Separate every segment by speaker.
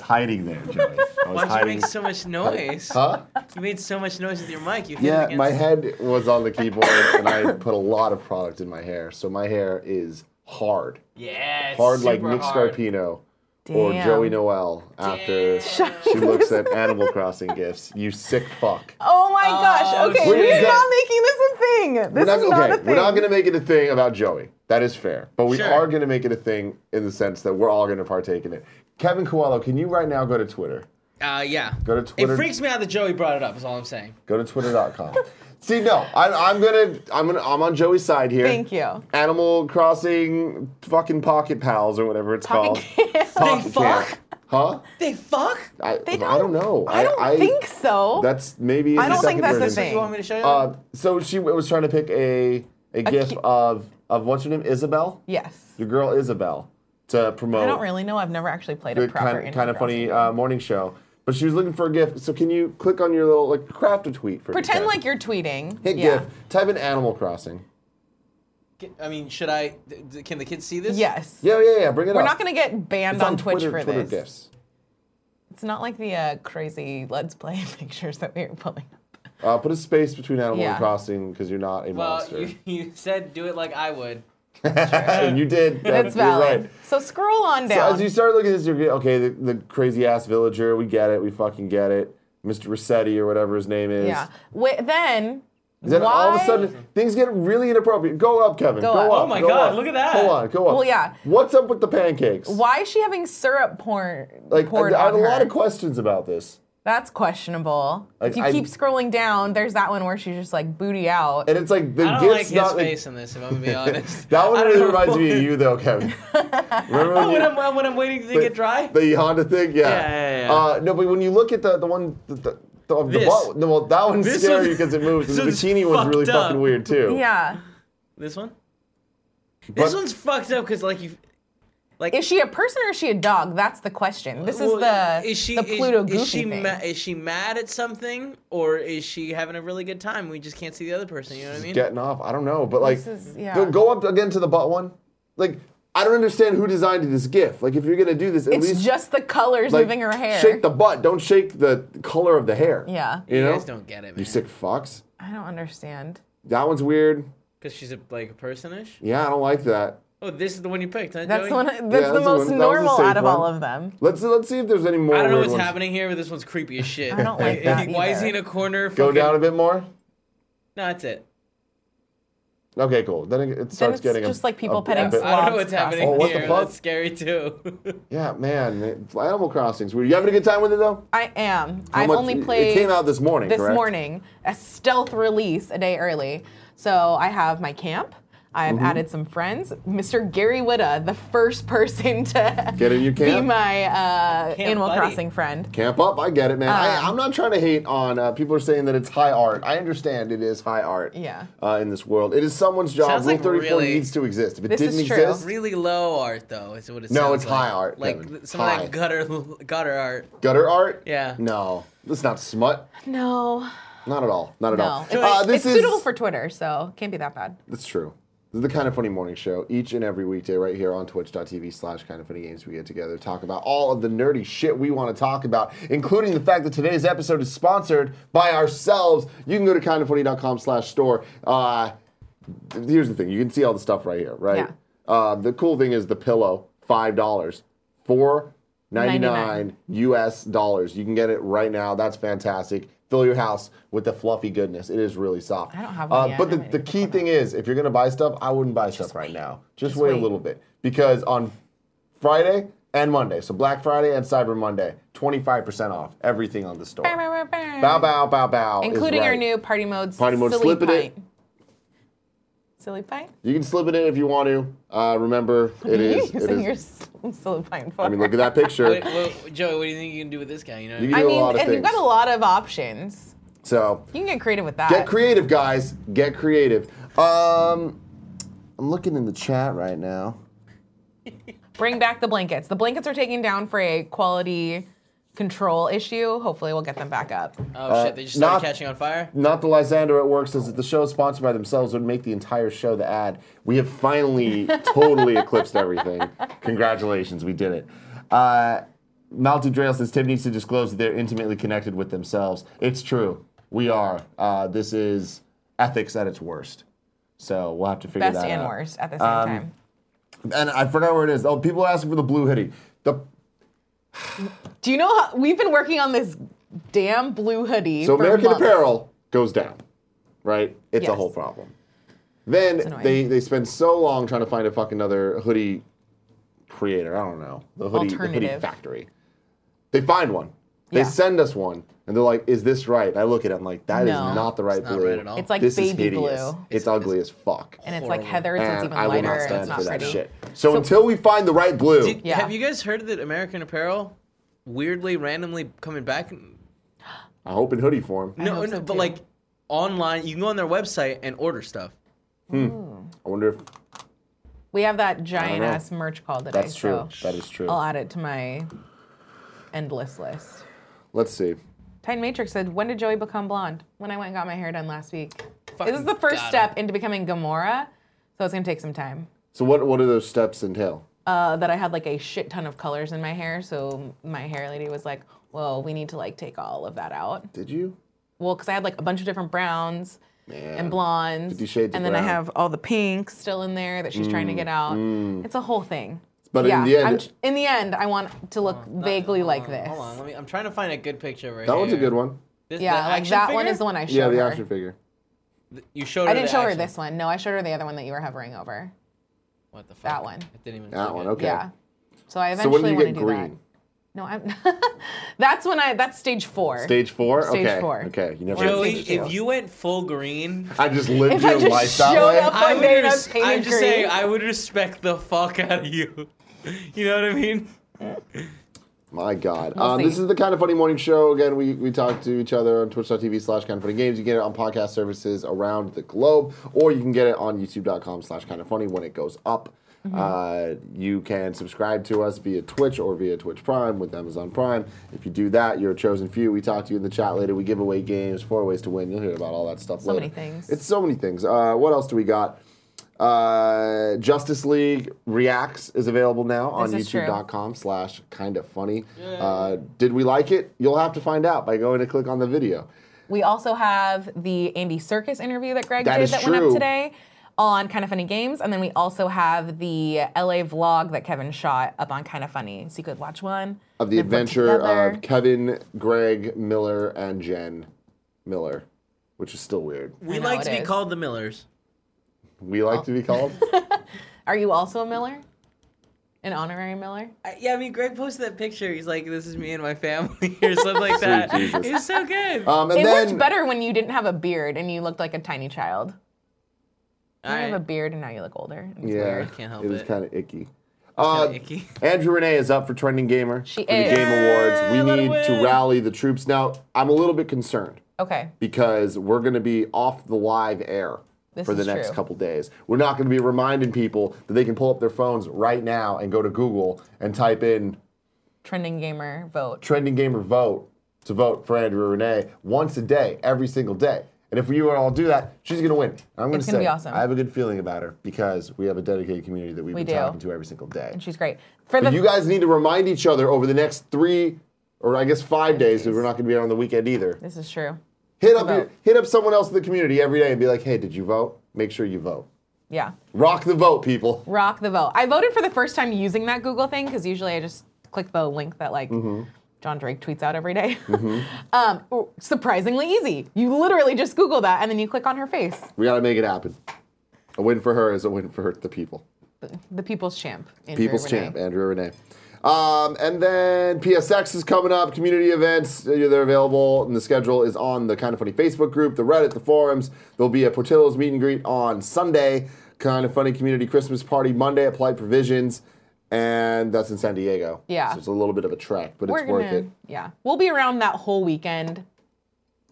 Speaker 1: hiding there, Joey. I was
Speaker 2: Why'd you
Speaker 1: hiding.
Speaker 2: make so much noise?
Speaker 3: Huh?
Speaker 2: You made so much noise with your mic. You hit it
Speaker 3: Yeah,
Speaker 2: against-
Speaker 3: my head was on the keyboard, and I put a lot of product in my hair, so my hair is hard,
Speaker 2: Yeah, it's
Speaker 3: hard like
Speaker 2: super
Speaker 3: Nick
Speaker 2: hard.
Speaker 3: Scarpino or
Speaker 4: Damn.
Speaker 3: Joey Noel after she looks at Animal Crossing gifts. You sick fuck.
Speaker 4: Oh my gosh. Okay,
Speaker 3: We're gonna
Speaker 4: we're
Speaker 3: go-
Speaker 4: not making this a thing. This
Speaker 3: we're not,
Speaker 4: is not
Speaker 3: okay,
Speaker 4: a thing.
Speaker 3: we're not gonna make it a thing about Joey. That is fair, but we
Speaker 2: Sure.
Speaker 3: are gonna make it a thing in the sense that we're all gonna partake in it. Kevin Coelho, can you right now go to Twitter?
Speaker 2: Uh, yeah.
Speaker 3: Go to Twitter.
Speaker 2: It freaks me out that Joey brought it up. Is all I'm saying.
Speaker 3: Go to twitter.com. See, no, I, I'm gonna, I'm gonna, I'm on Joey's side here.
Speaker 4: Thank you.
Speaker 3: Animal Crossing, fucking Pocket Pals or whatever it's
Speaker 4: Pocket
Speaker 3: called.
Speaker 4: camp.
Speaker 3: Pocket
Speaker 2: They fuck?
Speaker 3: camp. Huh?
Speaker 2: They fuck.
Speaker 3: I,
Speaker 4: They
Speaker 3: I don't know.
Speaker 4: I don't think so.
Speaker 3: That's maybe.
Speaker 4: I
Speaker 3: the
Speaker 4: don't
Speaker 3: second
Speaker 4: think that's the
Speaker 3: version.
Speaker 4: thing.
Speaker 2: You want me to show you?
Speaker 3: Uh, so she was trying to pick a a gif
Speaker 4: cu-
Speaker 3: of of what's her name, Isabel,
Speaker 4: yes.
Speaker 3: your girl Isabel, to promote
Speaker 4: I don't really know. I've never actually played a
Speaker 3: the
Speaker 4: proper
Speaker 3: kind, kind of
Speaker 4: Animal
Speaker 3: funny
Speaker 4: Crossing.
Speaker 3: uh, morning show. But she was looking for a gift. So can you click on your little like craft a tweet for me,
Speaker 4: Pretend
Speaker 3: Kat?
Speaker 4: like you're tweeting.
Speaker 3: hit
Speaker 4: yeah.
Speaker 3: gif. Type in Animal Crossing.
Speaker 2: Can- I mean, should I? th- th- Can the kids see this?
Speaker 4: Yes.
Speaker 3: Yeah, yeah, yeah. Bring it
Speaker 4: We're
Speaker 3: up.
Speaker 4: not going to get banned
Speaker 3: It's
Speaker 4: on, Twitch
Speaker 3: Twitter,
Speaker 4: for
Speaker 3: Twitter
Speaker 4: this.
Speaker 3: gifs.
Speaker 4: It's not like the uh, crazy let's play pictures that we were pulling up.
Speaker 3: Uh, put a space between Animal
Speaker 4: Yeah.
Speaker 3: Crossing because you're not a
Speaker 2: Well,
Speaker 3: monster.
Speaker 2: you, you said do it like I would.
Speaker 3: and you did. That,
Speaker 4: That's
Speaker 3: you're
Speaker 4: valid.
Speaker 3: right.
Speaker 4: So scroll on
Speaker 3: So
Speaker 4: down.
Speaker 3: as you start looking at this, you're get- okay. The, the crazy ass villager. We get it. We fucking get it. Mr. Rossetti or whatever his name is.
Speaker 4: yeah. Wi- then
Speaker 3: Then all of a
Speaker 4: why-
Speaker 3: sudden things get really inappropriate. Go up, Kevin. Go,
Speaker 4: Go up.
Speaker 3: up.
Speaker 4: Oh
Speaker 2: my
Speaker 3: go
Speaker 2: God,
Speaker 3: up.
Speaker 2: look at that.
Speaker 3: Hold on. Go up.
Speaker 4: Well, yeah.
Speaker 3: What's up with the pancakes?
Speaker 4: why is she having syrup porn?
Speaker 3: Like
Speaker 4: poured
Speaker 3: I, I have a
Speaker 4: on
Speaker 3: lot
Speaker 4: her?
Speaker 3: of questions about this.
Speaker 4: That's questionable.
Speaker 3: Like,
Speaker 4: if you
Speaker 3: I-
Speaker 4: keep scrolling down, there's that one where she's just like booty out.
Speaker 3: And it's like the
Speaker 2: I don't
Speaker 3: gifts
Speaker 2: like his
Speaker 3: not
Speaker 2: face in this. If I'm gonna be honest.
Speaker 3: that
Speaker 2: I
Speaker 3: one
Speaker 2: don't
Speaker 3: really
Speaker 2: know
Speaker 3: reminds me
Speaker 2: what-
Speaker 3: of you though, Kevin. Remember when
Speaker 2: When
Speaker 3: you-
Speaker 2: I'm, when I'm waiting to get dry.
Speaker 3: The Honda thing, yeah.
Speaker 2: Yeah, yeah, yeah.
Speaker 3: Uh, no, but when you look at the the one the, the, the, the
Speaker 2: This.
Speaker 3: ball, no, well, that one's
Speaker 2: This
Speaker 3: scary
Speaker 2: one-
Speaker 3: because it moves.
Speaker 2: this
Speaker 3: And the
Speaker 2: one's
Speaker 3: bikini one's really
Speaker 2: fucked up.
Speaker 3: fucking weird too.
Speaker 4: yeah.
Speaker 2: this one. this
Speaker 3: But-
Speaker 2: one's fucked up because like you. Like
Speaker 4: Is she a person or is she a dog? That's the question. This is
Speaker 2: Well,
Speaker 4: the the Pluto
Speaker 2: is,
Speaker 4: Goofy
Speaker 2: is she
Speaker 4: thing.
Speaker 2: Ma- is she mad at something or is she having a really good time? We just can't see the other person. You know what I mean?
Speaker 3: Getting off, I don't know, but like,
Speaker 4: This is- yeah.
Speaker 3: go, go up again to the butt one. Like, I don't understand who designed this gift. Like, if you're gonna do this, at
Speaker 4: it's
Speaker 3: least
Speaker 4: just the colors
Speaker 3: like,
Speaker 4: moving her hair.
Speaker 3: Shake the butt. Don't shake the color of the hair.
Speaker 4: Yeah.
Speaker 3: you
Speaker 2: you
Speaker 3: know,
Speaker 2: guys don't get it,
Speaker 3: you
Speaker 2: man.
Speaker 3: sick fucks.
Speaker 4: I don't understand.
Speaker 3: That one's weird.
Speaker 2: Because she's a, like a personish.
Speaker 3: Yeah, I don't like that.
Speaker 2: Oh, this is the one you picked. Huh, Joey?
Speaker 4: That's the one. That's
Speaker 3: that's
Speaker 4: the
Speaker 3: the
Speaker 4: most
Speaker 3: one- that was the
Speaker 4: normal
Speaker 3: safe
Speaker 4: out of all
Speaker 3: one.
Speaker 4: of them.
Speaker 3: Let's let's see if there's any more.
Speaker 2: I don't know
Speaker 3: weird
Speaker 2: what's
Speaker 3: ones.
Speaker 2: happening here, but this one's creepy as shit.
Speaker 4: I don't like that
Speaker 2: Why is he in
Speaker 4: either.
Speaker 2: a corner?
Speaker 3: Go
Speaker 2: fucking-
Speaker 3: down a bit more.
Speaker 2: No, that's it.
Speaker 3: Okay, cool. Then it, it
Speaker 4: Then
Speaker 3: starts
Speaker 4: it's
Speaker 3: getting a-
Speaker 4: just like people
Speaker 3: a- a
Speaker 4: petting
Speaker 3: bit-
Speaker 2: I don't know
Speaker 4: Lots
Speaker 2: what's
Speaker 4: crossing.
Speaker 2: happening
Speaker 3: Oh, what the
Speaker 2: here.
Speaker 3: fuck?
Speaker 2: That's scary too.
Speaker 3: Yeah, man. it- Animal Crossing's weird. You having a good time with it though?
Speaker 4: I am.
Speaker 3: How
Speaker 4: I've
Speaker 3: much-
Speaker 4: only
Speaker 3: it-
Speaker 4: played
Speaker 3: It came out this morning.
Speaker 4: this
Speaker 3: correct?
Speaker 4: morning, a stealth release a day early. So I have my camp. I've
Speaker 3: Mm-hmm.
Speaker 4: added some friends. Mr. Gary Witta, the first person to
Speaker 3: Get in your
Speaker 4: be
Speaker 3: camp.
Speaker 4: my uh,
Speaker 2: Camp
Speaker 4: Animal
Speaker 2: buddy.
Speaker 4: Crossing friend.
Speaker 3: Camp up. I get it, man. I,
Speaker 4: Um,
Speaker 3: I'm not trying to hate on. Uh, people are saying that it's high art. I understand it is high art.
Speaker 4: Yeah.
Speaker 3: Uh, in this world, it is someone's job.
Speaker 2: Sounds
Speaker 3: Rule
Speaker 2: like
Speaker 3: 34
Speaker 2: really-
Speaker 3: needs to exist. If it
Speaker 4: This is
Speaker 3: didn't
Speaker 4: true.
Speaker 3: exist,
Speaker 2: really low art though. Is what it
Speaker 3: No,
Speaker 2: sounds
Speaker 3: it's
Speaker 2: like.
Speaker 3: high art,
Speaker 2: Like
Speaker 3: Kevin.
Speaker 2: some of
Speaker 3: High.
Speaker 2: that gutter gutter art.
Speaker 3: gutter art.
Speaker 2: Yeah.
Speaker 3: No, that's not smut.
Speaker 4: No,
Speaker 3: Not at all. Not at all.
Speaker 4: no. It's,
Speaker 3: Uh, this
Speaker 4: it's
Speaker 3: is
Speaker 4: suitable for Twitter, so can't be that bad.
Speaker 3: That's true. This is the Kind of Funny Morning Show. Each and every weekday, right here on twitch.tv slash kind of funny games, we get together, talk about all of the nerdy shit we want to talk about, including the fact that today's episode is sponsored by ourselves. You can go to kindoffunny.com slash store. Uh, th- here's the thing you can see all the stuff right here, right? Uh, the cool thing is the pillow, $5. Four ninety nine US dollars. You can get it right now. That's fantastic. Fill your house with the fluffy goodness. It is really soft.
Speaker 4: I don't have
Speaker 3: Uh,
Speaker 4: one yet.
Speaker 3: but
Speaker 4: I
Speaker 3: the,
Speaker 4: might
Speaker 3: the key thing is, if you're gonna buy stuff, I wouldn't buy stuff right now. Just, wait, a
Speaker 4: wait.
Speaker 3: little bit because on Friday and Monday, so Black Friday and Cyber Monday, 25% off everything on the store. bow bow bow bow. is
Speaker 4: Including our
Speaker 3: right.
Speaker 4: new party modes.
Speaker 3: Party mode,
Speaker 4: silly
Speaker 3: slip it
Speaker 4: pint.
Speaker 3: in.
Speaker 4: Silly pint.
Speaker 3: You can slip it in if you want to. Uh, remember, it is. It
Speaker 4: Using your
Speaker 3: is.
Speaker 4: s- silly pint for.
Speaker 3: I mean, look at that picture.
Speaker 2: What, what, Joey, what do you think you can do with this guy? You know, what I
Speaker 3: You
Speaker 2: mean?
Speaker 3: can
Speaker 4: I
Speaker 3: do
Speaker 4: mean,
Speaker 3: a lot of
Speaker 4: and you've
Speaker 3: things.
Speaker 4: got a lot of options.
Speaker 3: so
Speaker 4: You can get creative with that.
Speaker 3: Get creative, guys. Get creative. Um, I'm looking in the chat right now.
Speaker 4: Bring back the blankets. The blankets are taken down for a quality control issue. Hopefully, we'll get them back up.
Speaker 2: oh shit, they just started
Speaker 3: uh, not-
Speaker 2: catching on fire.
Speaker 3: Not the Lysander at work says that the show is sponsored by themselves would make the entire show the ad. We have finally totally eclipsed everything. Congratulations, we did it. Uh, Malty Drail says Tim needs to disclose that they're intimately connected with themselves. It's true. We are. Uh, this is ethics at its worst. So we'll have to figure
Speaker 4: Best
Speaker 3: that
Speaker 4: and
Speaker 3: out.
Speaker 4: worst at the same time.
Speaker 3: And I forgot where it is. Oh, people are asking for the blue hoodie. The
Speaker 4: Do you know how we've been working on this damn blue hoodie?
Speaker 3: So
Speaker 4: for
Speaker 3: American
Speaker 4: months.
Speaker 3: Apparel goes down, right? It's a
Speaker 4: Yes.
Speaker 3: whole problem. Then
Speaker 4: annoying.
Speaker 3: they, they spend so long trying to find a fucking other hoodie creator. I don't know. The hoodie, the hoodie
Speaker 4: Alternative.
Speaker 3: factory. They find one. They
Speaker 4: Yeah.
Speaker 3: send us one. And they're like, is this right? I look at it. I'm like, that is
Speaker 4: No.
Speaker 3: not the right
Speaker 2: not
Speaker 3: blue.
Speaker 2: right at all.
Speaker 4: It's like
Speaker 3: this is
Speaker 4: baby blue,
Speaker 3: hideous.
Speaker 4: and
Speaker 3: It's ugly as fuck. And,
Speaker 4: it's like
Speaker 2: Horrible.
Speaker 4: heather, so it's even
Speaker 3: I will
Speaker 4: lighter,
Speaker 3: not
Speaker 4: and
Speaker 3: stand
Speaker 4: it's not
Speaker 3: for that
Speaker 4: pretty.
Speaker 3: shit. So, until we find the right blue,
Speaker 2: Did,
Speaker 4: Yeah.
Speaker 2: Have you guys heard that American Apparel weirdly randomly coming back?
Speaker 3: I hope in hoodie form. I
Speaker 2: No,
Speaker 4: hope
Speaker 2: no,
Speaker 4: so,
Speaker 2: but
Speaker 4: too.
Speaker 2: like online, you can go on their website and order stuff.
Speaker 3: wonder if
Speaker 4: We have that giant
Speaker 3: know.
Speaker 4: ass merch call today.
Speaker 3: that's true.
Speaker 4: So
Speaker 3: That is true.
Speaker 4: I'll add it to my endless list.
Speaker 3: Let's see.
Speaker 4: Titan Matrix said, "When did Joey become blonde? When I went and got my hair done last week.
Speaker 2: Fucking
Speaker 4: this is the first
Speaker 2: got
Speaker 4: step into becoming Gamora, so it's gonna take some time."
Speaker 3: So, what, what do those steps entail?
Speaker 4: uh, that I had like a shit ton of colors in my hair. So my hair lady was like, "Well, we need to like take all of that out."
Speaker 3: Did you?
Speaker 4: Well, because I had like a bunch of different browns
Speaker 3: Man.
Speaker 4: and blondes,
Speaker 3: 50 shades of
Speaker 4: and then I
Speaker 3: brown.
Speaker 4: have all the pinks still in there that she's trying to get out. It's a whole thing.
Speaker 3: Mm. But in the end-
Speaker 4: I'm tr- in the end, I want to look vaguely like
Speaker 2: Oh, Hold on,
Speaker 4: this.
Speaker 2: Hold on, let me. I'm trying to find a good picture right
Speaker 3: That
Speaker 2: here.
Speaker 3: one's a good one.
Speaker 2: This-
Speaker 4: Yeah,
Speaker 2: the
Speaker 4: like
Speaker 2: action
Speaker 4: that one
Speaker 2: figure?
Speaker 4: is the one I showed
Speaker 3: yeah, the
Speaker 4: her.
Speaker 3: action figure.
Speaker 2: You showed her
Speaker 4: I didn't
Speaker 2: the
Speaker 4: show her
Speaker 2: action.
Speaker 4: this one. No, I showed her the other one that you were hovering over.
Speaker 2: What the fuck?
Speaker 4: That one.
Speaker 2: It didn't even
Speaker 3: That
Speaker 2: look
Speaker 3: one,
Speaker 2: good.
Speaker 3: okay.
Speaker 4: Yeah. So I
Speaker 3: So when
Speaker 4: eventually
Speaker 3: did you
Speaker 4: want
Speaker 3: get
Speaker 4: to do that.
Speaker 3: green?
Speaker 4: No, I'm. that's when I. That's stage four.
Speaker 3: Stage four?
Speaker 4: Stage
Speaker 3: okay.
Speaker 4: four.
Speaker 3: Okay. You never
Speaker 2: Joey,
Speaker 3: stage four.
Speaker 2: if you went full green,
Speaker 3: I just lived
Speaker 4: If I
Speaker 3: your
Speaker 4: just
Speaker 3: life that
Speaker 4: showed
Speaker 3: way.
Speaker 4: up-
Speaker 2: I
Speaker 4: One
Speaker 2: would.
Speaker 4: day I was
Speaker 2: Res-
Speaker 4: painted
Speaker 2: I'm just saying,
Speaker 4: green.
Speaker 2: I would respect the fuck out of you. You know what I mean?
Speaker 3: My God.
Speaker 4: We'll
Speaker 3: um, this
Speaker 4: see.
Speaker 3: is the kind of funny morning show. Again, we, we talk to each other on twitch.tv slash kind of funny games. You get it on podcast services around the globe, or you can get it on youtube.com slash kind of funny when it goes up.
Speaker 4: Mm-hmm.
Speaker 3: Uh, you can subscribe to us via Twitch or via Twitch Prime with Amazon Prime. If you do that, you're a chosen few. We talk to you in the chat later. We give away games, four ways to win. You'll hear about all that stuff
Speaker 4: So
Speaker 3: later.
Speaker 4: many things.
Speaker 3: It's so many things. Uh, what else do we got? Uh, Justice League Reacts is available now on
Speaker 4: This is true.
Speaker 3: youtube.com slash kind of funny. Uh, did we like it? You'll have to find out by going to click on the video.
Speaker 4: We also have the Andy Circus interview that Greg
Speaker 3: That
Speaker 4: did
Speaker 3: is
Speaker 4: that went
Speaker 3: true.
Speaker 4: up today on Kind of Funny Games, and then we also have the LA vlog that Kevin shot up on Kind of Funny, so you could watch one.
Speaker 3: Of the
Speaker 4: They've worked
Speaker 3: adventure
Speaker 4: together.
Speaker 3: of Kevin, Greg, Miller, and Jen Miller, which is still weird.
Speaker 2: We
Speaker 4: know
Speaker 2: like
Speaker 4: it
Speaker 2: to be
Speaker 4: is.
Speaker 2: called the Millers.
Speaker 3: We like to be called.
Speaker 4: Are you also a Miller? An honorary Miller?
Speaker 2: I, yeah, I mean, Greg posted that picture. He's like, "This is me and my family," or something like that.
Speaker 3: Jesus.
Speaker 2: It's so good.
Speaker 3: Um, and
Speaker 4: it
Speaker 3: then
Speaker 4: looked better when you didn't have a beard and you looked like a tiny child.
Speaker 2: All
Speaker 4: You
Speaker 2: right.
Speaker 4: have a beard and now you look older. It's
Speaker 3: yeah,
Speaker 4: weird.
Speaker 2: Can't help
Speaker 3: it was
Speaker 2: it.
Speaker 3: kind of icky. Uh,
Speaker 2: kinda icky.
Speaker 3: Andrew Renee is up for Trending Gamer
Speaker 4: She
Speaker 3: for
Speaker 4: is.
Speaker 3: the Game
Speaker 2: Yay, let
Speaker 3: Awards.
Speaker 2: her
Speaker 3: We need to
Speaker 2: win.
Speaker 3: rally the troops. Now, I'm a little bit concerned.
Speaker 4: Okay.
Speaker 3: because we're going to be off the live air
Speaker 4: This
Speaker 3: for the
Speaker 4: is
Speaker 3: next
Speaker 4: true.
Speaker 3: couple days. We're not going to be reminding people that they can pull up their phones right now and go to Google and type in
Speaker 4: Trending gamer vote.
Speaker 3: trending gamer vote to vote for Andrew Renee once a day, every single day. And if you all do that, she's going to win. And I'm going to
Speaker 4: It's
Speaker 3: say,
Speaker 4: gonna be awesome.
Speaker 3: I have a good feeling about her because we have a dedicated community that we've
Speaker 4: We
Speaker 3: been
Speaker 4: do.
Speaker 3: talking to every single day.
Speaker 4: And she's great. For the
Speaker 3: But you guys need to remind each other over the next three, or I guess five days, because we're not going to be on the weekend either.
Speaker 4: This is true.
Speaker 3: Hit up your,
Speaker 4: vote.
Speaker 3: hit up someone else in the community every day and be like, hey, did you vote? Make sure you vote.
Speaker 4: Yeah.
Speaker 3: Rock the vote, people.
Speaker 4: Rock the vote. I voted for the first time using that Google thing because usually I just click the link that like
Speaker 3: Mm-hmm.
Speaker 4: John Drake tweets out every day. um, r- surprisingly easy. You literally just Google that and then you click on her face.
Speaker 3: We gotta make it happen. A win for her is a win for the people.
Speaker 4: The people's champ. Andrew
Speaker 3: People's
Speaker 4: Renee.
Speaker 3: champ, Andrew Renee. Um, and then PSX is coming up, community events, uh, they're available, and the schedule is on the Kind of Funny Facebook group, the Reddit, the forums. There'll be a Portillo's meet and greet on Sunday, Kind of Funny Community Christmas Party Monday at Polite Provisions, and that's in San Diego.
Speaker 4: Yeah.
Speaker 3: So it's a little bit of a trek, but
Speaker 4: We're
Speaker 3: it's worth
Speaker 4: gonna,
Speaker 3: it.
Speaker 4: yeah. We'll be around that whole weekend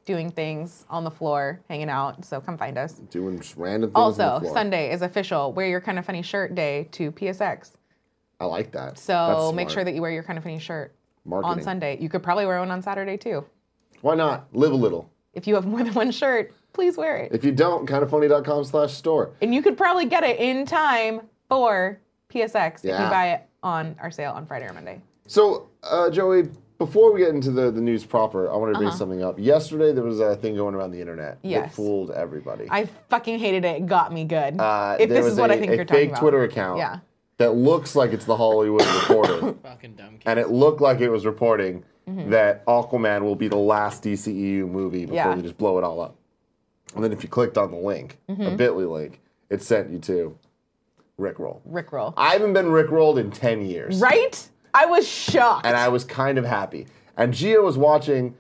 Speaker 4: doing things on the floor, hanging out. So come find us.
Speaker 3: Doing just random things. on the
Speaker 4: Also,
Speaker 3: floor.
Speaker 4: Sunday is official wear your kind of funny shirt day to PSX.
Speaker 3: I like that.
Speaker 4: So make sure that you wear your kind of funny shirt on
Speaker 3: Marketing.
Speaker 4: Sunday. You could probably wear one on Saturday too.
Speaker 3: Why not? Live a little.
Speaker 4: If you have more than one shirt, please wear it.
Speaker 3: If you don't, kindoffunny.com slash store.
Speaker 4: And you could probably get it in time for PSX if
Speaker 3: Yeah.
Speaker 4: you buy it on our sale on Friday or Monday.
Speaker 3: So, uh, Joey, before we get into the, the news proper, I wanted to bring something up. Yesterday, there was a thing going around the internet that
Speaker 4: Uh-huh. Yes.
Speaker 3: fooled everybody.
Speaker 4: I fucking hated it. It got me good.
Speaker 3: uh,
Speaker 4: if
Speaker 3: there
Speaker 4: this
Speaker 3: was
Speaker 4: is what
Speaker 3: a-
Speaker 4: I think
Speaker 3: a
Speaker 4: you're talking
Speaker 3: fake
Speaker 4: about.
Speaker 3: Twitter account
Speaker 4: Yeah.
Speaker 3: that looks like it's the Hollywood Reporter,
Speaker 2: Fucking dumb kid.
Speaker 3: and it looked like it was reporting
Speaker 4: Mm-hmm.
Speaker 3: that Aquaman will be the last DCEU movie before
Speaker 4: Yeah.
Speaker 3: they just blow it all up. And then if you clicked on the link,
Speaker 4: Mm-hmm.
Speaker 3: a bit.ly link, it sent you to Rickroll.
Speaker 4: Rickroll.
Speaker 3: I haven't been Rickrolled in 10 years.
Speaker 4: Right? I was shocked.
Speaker 3: and I was kind of happy. And Gia was watching,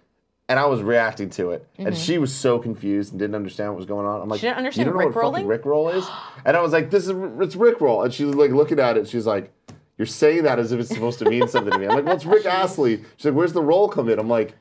Speaker 3: and I was reacting to it, and she was so confused and didn't understand what was going on. I'm like,
Speaker 4: She didn't understand
Speaker 3: you don't know what fucking Rickroll is, and I was like, this is it's Rickroll, and she's like looking at it, she's like, you're saying that as if it's supposed to mean something to me. I'm like, what's Rick Astley? She's like, where's the roll come in? I'm like,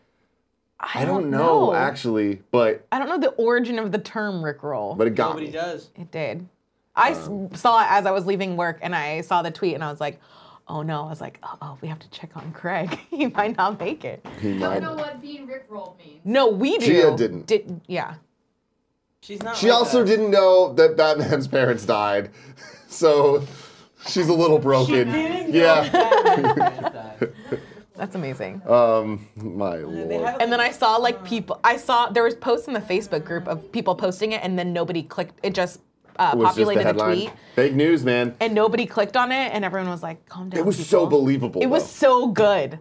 Speaker 3: I, don't, know, actually, but
Speaker 4: I don't know the origin of the term Rickroll.
Speaker 3: but Um, it got
Speaker 2: Nobody
Speaker 3: me.
Speaker 2: does.
Speaker 4: It did. I s- saw it as I was leaving work and I saw the tweet and I was like, oh no. I was like, oh, oh we have to check on Craig. he might not make it.
Speaker 3: He
Speaker 1: I
Speaker 3: might-
Speaker 1: don't know what being rickrolled means.
Speaker 4: No, we do.
Speaker 3: Gia didn't.
Speaker 4: Did, yeah.
Speaker 2: She's not.
Speaker 3: She
Speaker 2: like
Speaker 3: also
Speaker 2: that.
Speaker 3: didn't know that Batman's parents died, so she's a little broken.
Speaker 2: didn't know
Speaker 3: yeah.
Speaker 4: That's amazing.
Speaker 3: Um, my lord.
Speaker 2: They have-
Speaker 4: and then I saw like people. I saw there was posts in the Facebook group of people posting it, and then nobody clicked. It just uh,
Speaker 3: was just
Speaker 4: populated
Speaker 3: the
Speaker 4: the,
Speaker 3: headline.
Speaker 4: tweet,
Speaker 3: Fake news, man.
Speaker 4: and nobody clicked on it, and everyone was like, "Calm down."
Speaker 3: It was so
Speaker 4: people."
Speaker 3: believable.
Speaker 4: It was
Speaker 3: though.
Speaker 4: so good.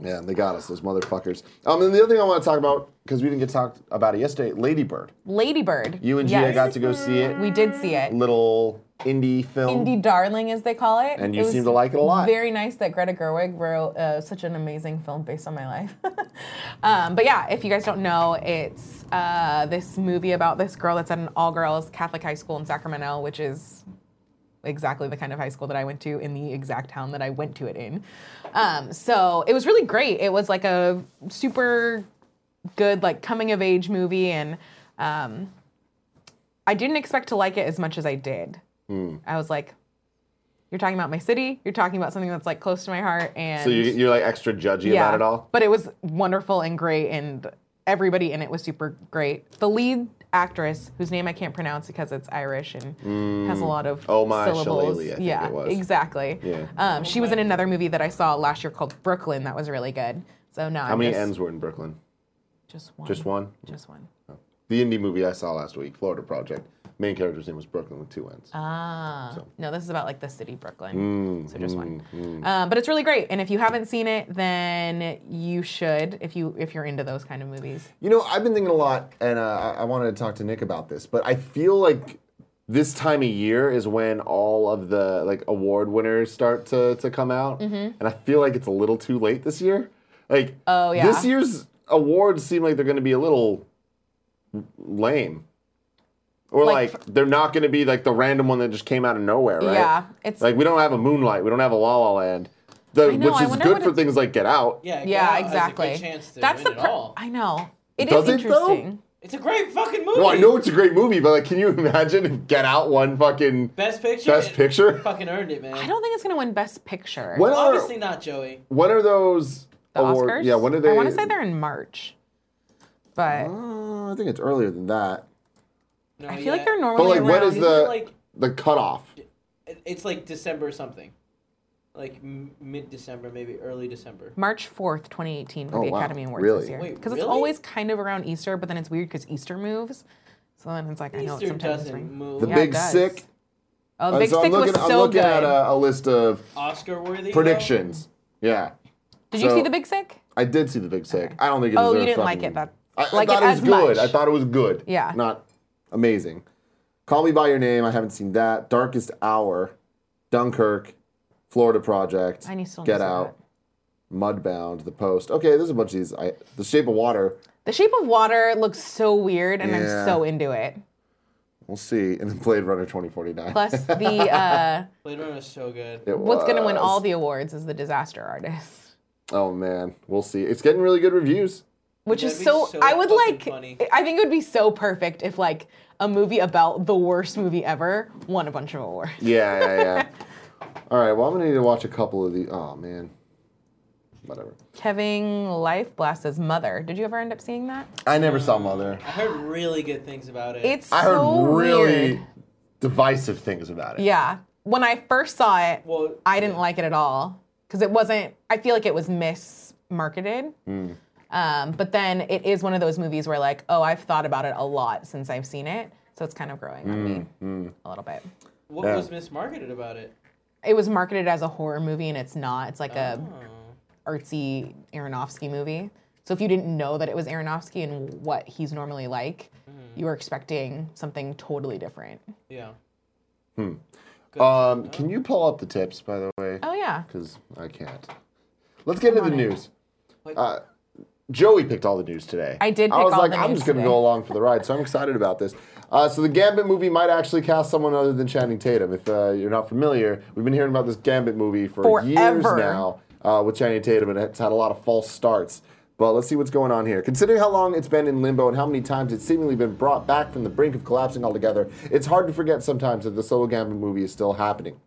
Speaker 3: Yeah, they got us, those motherfuckers. Um, and the other thing I want to talk about because we didn't get talked about it yesterday, Ladybird.
Speaker 4: Ladybird.
Speaker 3: You and Gia
Speaker 4: yes.
Speaker 3: got to go see it.
Speaker 4: We did see it.
Speaker 3: Little indie film.
Speaker 4: Indie darling, as they call it.
Speaker 3: And you
Speaker 4: It was
Speaker 3: seem to like it a lot.
Speaker 4: Very nice that Greta Gerwig wrote uh, such an amazing film based on my life. um, but yeah, if you guys don't know, it's uh, this movie about this girl that's at an all-girls Catholic high school in Sacramento, which is exactly the kind of high school that I went to in the exact town that I went to it in. Um, so it was really great. It was like a super good like coming of age movie, and um, I didn't expect to like it as much as I did.
Speaker 3: Hmm.
Speaker 4: I was like, "You're talking about my city. You're talking about something that's like close to my heart." And
Speaker 3: So you, you're like extra judgy about it all.
Speaker 4: but it was wonderful and great, and everybody in it was super great. The lead actress, whose name I can't pronounce because it's Irish and has a lot of
Speaker 3: Oh my
Speaker 4: syllables.
Speaker 3: Shillelagh, I think
Speaker 4: yeah,
Speaker 3: it was.
Speaker 4: exactly.
Speaker 3: Yeah.
Speaker 4: Um, she was in another movie that I saw last year called Brooklyn. That was really good. So now
Speaker 3: How
Speaker 4: I'm
Speaker 3: many
Speaker 4: just,
Speaker 3: M's were in Brooklyn?
Speaker 4: Just one.
Speaker 3: Just one.
Speaker 4: Just one.
Speaker 3: The indie movie I saw last week, Florida Project. Main character's name was Brooklyn with two N's.
Speaker 4: Ah. No, this is about like the city, Brooklyn.
Speaker 3: Mm,
Speaker 4: so just one. Um, but it's really great, and if you haven't seen it, then you should. If you if you're into those kind of movies.
Speaker 3: You know, I've been thinking a lot, and uh, I I wanted to talk to Nick about this, but I feel like this time of year is when all of the like award winners start to to come out, and I feel like it's a little too late this year. Like,
Speaker 4: Mm-hmm. Oh, yeah.
Speaker 3: this year's awards seem like they're going to be a little lame, or like,
Speaker 4: Like-
Speaker 3: they're not going to be like the random one that just came out of nowhere, right?
Speaker 4: Yeah, it's-
Speaker 3: like we don't have a Moonlight, we don't have a La La Land, the,
Speaker 4: I know,
Speaker 3: which
Speaker 4: I
Speaker 3: is
Speaker 4: wonder
Speaker 3: good
Speaker 4: what
Speaker 3: for
Speaker 4: it-
Speaker 3: things like Get Out.
Speaker 2: Yeah,
Speaker 4: Yeah,
Speaker 2: Gal has a good
Speaker 4: exactly.
Speaker 2: chance to
Speaker 4: That's
Speaker 2: win
Speaker 4: the
Speaker 2: at
Speaker 4: pro-
Speaker 2: all.
Speaker 4: I know. It is
Speaker 3: Does it, though?
Speaker 4: interesting.
Speaker 2: It's a great fucking movie.
Speaker 3: No, I know it's a great movie, but like, can you imagine if Get Out won fucking
Speaker 2: Best picture.
Speaker 3: Best
Speaker 2: it
Speaker 3: Picture?
Speaker 2: Fucking earned it, man.
Speaker 4: I don't think it's going to win Best Picture.
Speaker 3: When are
Speaker 2: Obviously not, Joey.
Speaker 3: when are those
Speaker 4: the
Speaker 3: award-
Speaker 4: Oscars?
Speaker 3: Yeah, when are they?
Speaker 4: I want to say they're in March, but
Speaker 3: Uh, I think it's earlier than that.
Speaker 2: No,
Speaker 4: I feel
Speaker 2: yeah.
Speaker 4: like they're normally
Speaker 3: But like,
Speaker 4: around.
Speaker 3: when is the
Speaker 2: Isn't it, like-
Speaker 3: the cutoff?
Speaker 2: It- It's like December something, like m- mid December, maybe early December.
Speaker 4: March fourth, twenty eighteen, for
Speaker 3: Oh,
Speaker 4: the
Speaker 3: wow.
Speaker 4: Academy Awards
Speaker 3: Really?
Speaker 4: this year?
Speaker 2: Wait,
Speaker 4: Because it's
Speaker 2: really?
Speaker 4: always kind of around Easter, but then it's weird because Easter moves. So then it's like I know it's
Speaker 2: Easter
Speaker 4: sometimes in
Speaker 2: doesn't
Speaker 4: spring.
Speaker 2: move.
Speaker 3: The
Speaker 4: Yeah, it
Speaker 3: Big
Speaker 4: does.
Speaker 3: Sick.
Speaker 4: Oh,
Speaker 3: Uh,
Speaker 4: Big
Speaker 3: so
Speaker 4: Sick
Speaker 3: I'm looking,
Speaker 4: was
Speaker 3: I'm
Speaker 4: so
Speaker 3: looking
Speaker 4: good.
Speaker 3: at uh, a, a list of
Speaker 2: Oscar worthy
Speaker 3: predictions. Yeah,
Speaker 4: Did you
Speaker 3: so-
Speaker 4: see the Big Sick?
Speaker 3: I did see the Big Sick. I don't think it
Speaker 4: Oh, you
Speaker 3: deserves
Speaker 4: didn't like
Speaker 3: fucking-
Speaker 4: it that-
Speaker 3: I, I
Speaker 4: like it
Speaker 3: thought it was
Speaker 4: as
Speaker 3: good.
Speaker 4: much.
Speaker 3: I thought it was good.
Speaker 4: Yeah.
Speaker 3: Not amazing. Call Me by Your Name. I haven't seen that. Darkest Hour, Dunkirk, Florida Project.
Speaker 4: I need still need
Speaker 3: Get
Speaker 4: to see
Speaker 3: Out, Mudbound, The Post. Okay, there's a bunch of these. I, the Shape of Water.
Speaker 4: The Shape of Water looks so weird, and
Speaker 3: Yeah.
Speaker 4: I'm so into it.
Speaker 3: We'll see. And then Blade Runner 2049.
Speaker 4: Plus the uh,
Speaker 2: Blade Runner is so good.
Speaker 3: It
Speaker 4: what's going to win
Speaker 3: was.
Speaker 4: all the awards is the Disaster Artist.
Speaker 3: Oh man, we'll see. It's getting really good reviews.
Speaker 4: which is
Speaker 2: That'd be
Speaker 4: so,
Speaker 2: so
Speaker 4: i would
Speaker 2: fucking
Speaker 4: like
Speaker 2: funny.
Speaker 4: i think it would be so perfect if like a movie about the worst movie ever won a bunch of awards
Speaker 3: Yeah, yeah, yeah. all right. Well, I'm gonna need to watch a couple of the. Oh man. Whatever.
Speaker 4: kevin lifeblast as mother did you ever end up seeing that
Speaker 3: I never saw Mother.
Speaker 2: I heard really good things about it.
Speaker 4: it's
Speaker 3: I heard
Speaker 4: so
Speaker 3: really
Speaker 4: weird.
Speaker 3: divisive things about it.
Speaker 4: yeah when i first saw it
Speaker 2: well,
Speaker 4: i didn't like it at all because it wasn't. I feel like it was mismarketed. Um, but then it is one of those movies where like, oh, I've thought about it a lot since I've seen it, so it's kind of growing on me a little bit.
Speaker 2: What
Speaker 3: Yeah.
Speaker 2: was mismarketed about it?
Speaker 4: It was marketed as a horror movie, and it's not. It's like a artsy Aronofsky movie. So if you didn't know that it was Aronofsky and what he's normally like, you were expecting something totally different.
Speaker 2: Yeah.
Speaker 3: Um, can you pull up the tips, by the way?
Speaker 4: Oh yeah.
Speaker 3: Because I can't. Let's get into the news. Uh, Joey picked all the news today.
Speaker 4: I did
Speaker 3: I
Speaker 4: pick
Speaker 3: was
Speaker 4: all
Speaker 3: like,
Speaker 4: the
Speaker 3: I'm
Speaker 4: news
Speaker 3: just going to
Speaker 4: today."
Speaker 3: go along for the ride, so I'm excited about this. Uh, so the Gambit movie might actually cast someone other than Channing Tatum. If uh, you're not familiar, we've been hearing about this Gambit movie for years
Speaker 4: Forever.
Speaker 3: now uh, with Channing Tatum, and it's had a lot of false starts. But let's see what's going on here. Considering how long it's been in limbo and how many times it's seemingly been brought back from the brink of collapsing altogether, it's hard to forget sometimes that the solo Gambit movie is still happening.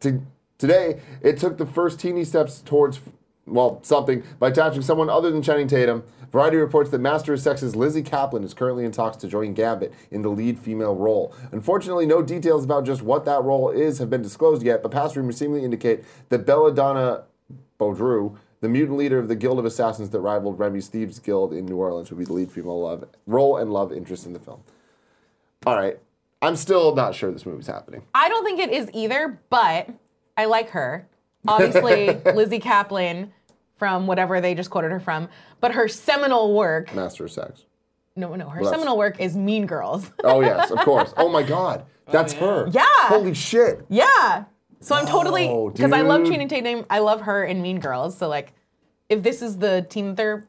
Speaker 3: To, today, it took the first teeny steps towards, well, something by attaching someone other than Channing Tatum. Variety reports that Master of Sex's Lizzie Kaplan is currently in talks to join Gambit in the lead female role. Unfortunately, no details about just what that role is have been disclosed yet, but past rumors seemingly indicate that Belladonna Baudru, the mutant leader of the Guild of Assassins that rivaled Remy's Thieves Guild in New Orleans, would be the lead female love role and love interest in the film. All right. I'm still not sure this movie's happening.
Speaker 4: I don't think it is either, but I like her. Obviously, Lizzie Kaplan from whatever they just quoted her from, but her seminal work,
Speaker 3: Master of Sex.
Speaker 4: no, no, her
Speaker 3: that's-
Speaker 4: seminal work is Mean Girls.
Speaker 3: Oh yes, of course. Oh my God, that's her.
Speaker 4: Yeah.
Speaker 3: Holy shit.
Speaker 4: yeah. So I'm totally,
Speaker 3: Whoa,
Speaker 4: because I love
Speaker 3: dude.
Speaker 4: Channing Tatum, I love her in Mean Girls. So, like, if this is the team that they're,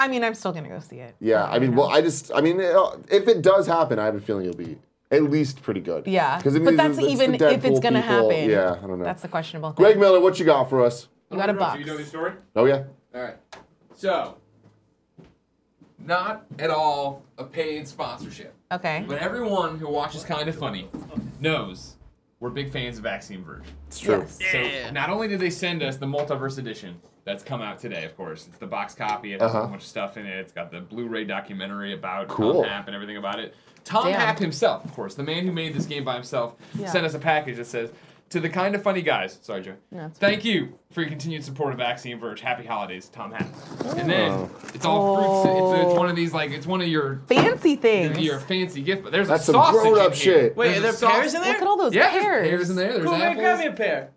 Speaker 4: I mean, I'm still going to go see it.
Speaker 3: Yeah. I mean, well, I just, I mean, it- if it does happen, I have a feeling it'll be at least pretty good.
Speaker 4: Yeah.
Speaker 3: Because it
Speaker 4: but
Speaker 3: means
Speaker 4: that's
Speaker 3: it's- it's the
Speaker 4: even if it's
Speaker 3: Deadpool
Speaker 4: going to
Speaker 3: people.
Speaker 4: happen.
Speaker 3: Yeah. I don't know.
Speaker 4: That's the questionable thing.
Speaker 3: Greg Miller, what you got for us?
Speaker 4: You got a
Speaker 1: Oh, no,
Speaker 4: box.
Speaker 1: Do you know the story?
Speaker 3: Oh yeah.
Speaker 1: All right. So, not at all a paid sponsorship,
Speaker 4: Okay.
Speaker 1: but everyone who watches Kind of Funny knows we're big fans of Axiom Verge.
Speaker 3: It's true.
Speaker 4: Yes.
Speaker 2: Yeah.
Speaker 1: So, not only did they send us the Multiverse Edition that's come out today, of course, it's the box copy. It has
Speaker 3: Uh-huh.
Speaker 1: a bunch of stuff in it. It's got the Blu-ray documentary about
Speaker 3: Cool.
Speaker 1: Tom Happ and everything about it. Tom
Speaker 4: Damn.
Speaker 1: Happ himself, of course, the man who made this game by himself,
Speaker 4: Yeah.
Speaker 1: sent us a package that says. To the kind of funny guys, sorry, Joe.
Speaker 4: that's
Speaker 1: Thank you for your continued support of Axiom Verge. Happy holidays, Tom Happ. And
Speaker 3: Oh.
Speaker 1: then it's all fruits. It's, it's one of these like it's one of your
Speaker 4: Fancy
Speaker 1: your,
Speaker 4: things.
Speaker 1: your fancy gift. But there's
Speaker 3: That's
Speaker 1: a
Speaker 3: some
Speaker 1: sausage
Speaker 3: grown up
Speaker 1: in here.
Speaker 3: shit.
Speaker 2: Wait,
Speaker 1: There's
Speaker 2: are
Speaker 1: a
Speaker 2: there
Speaker 1: sausage-
Speaker 2: pears in there?
Speaker 4: Look at all those
Speaker 1: yeah,
Speaker 4: pears.
Speaker 1: there's pears in there. There's
Speaker 2: Cool, man, grab
Speaker 1: apples.
Speaker 2: me a pear.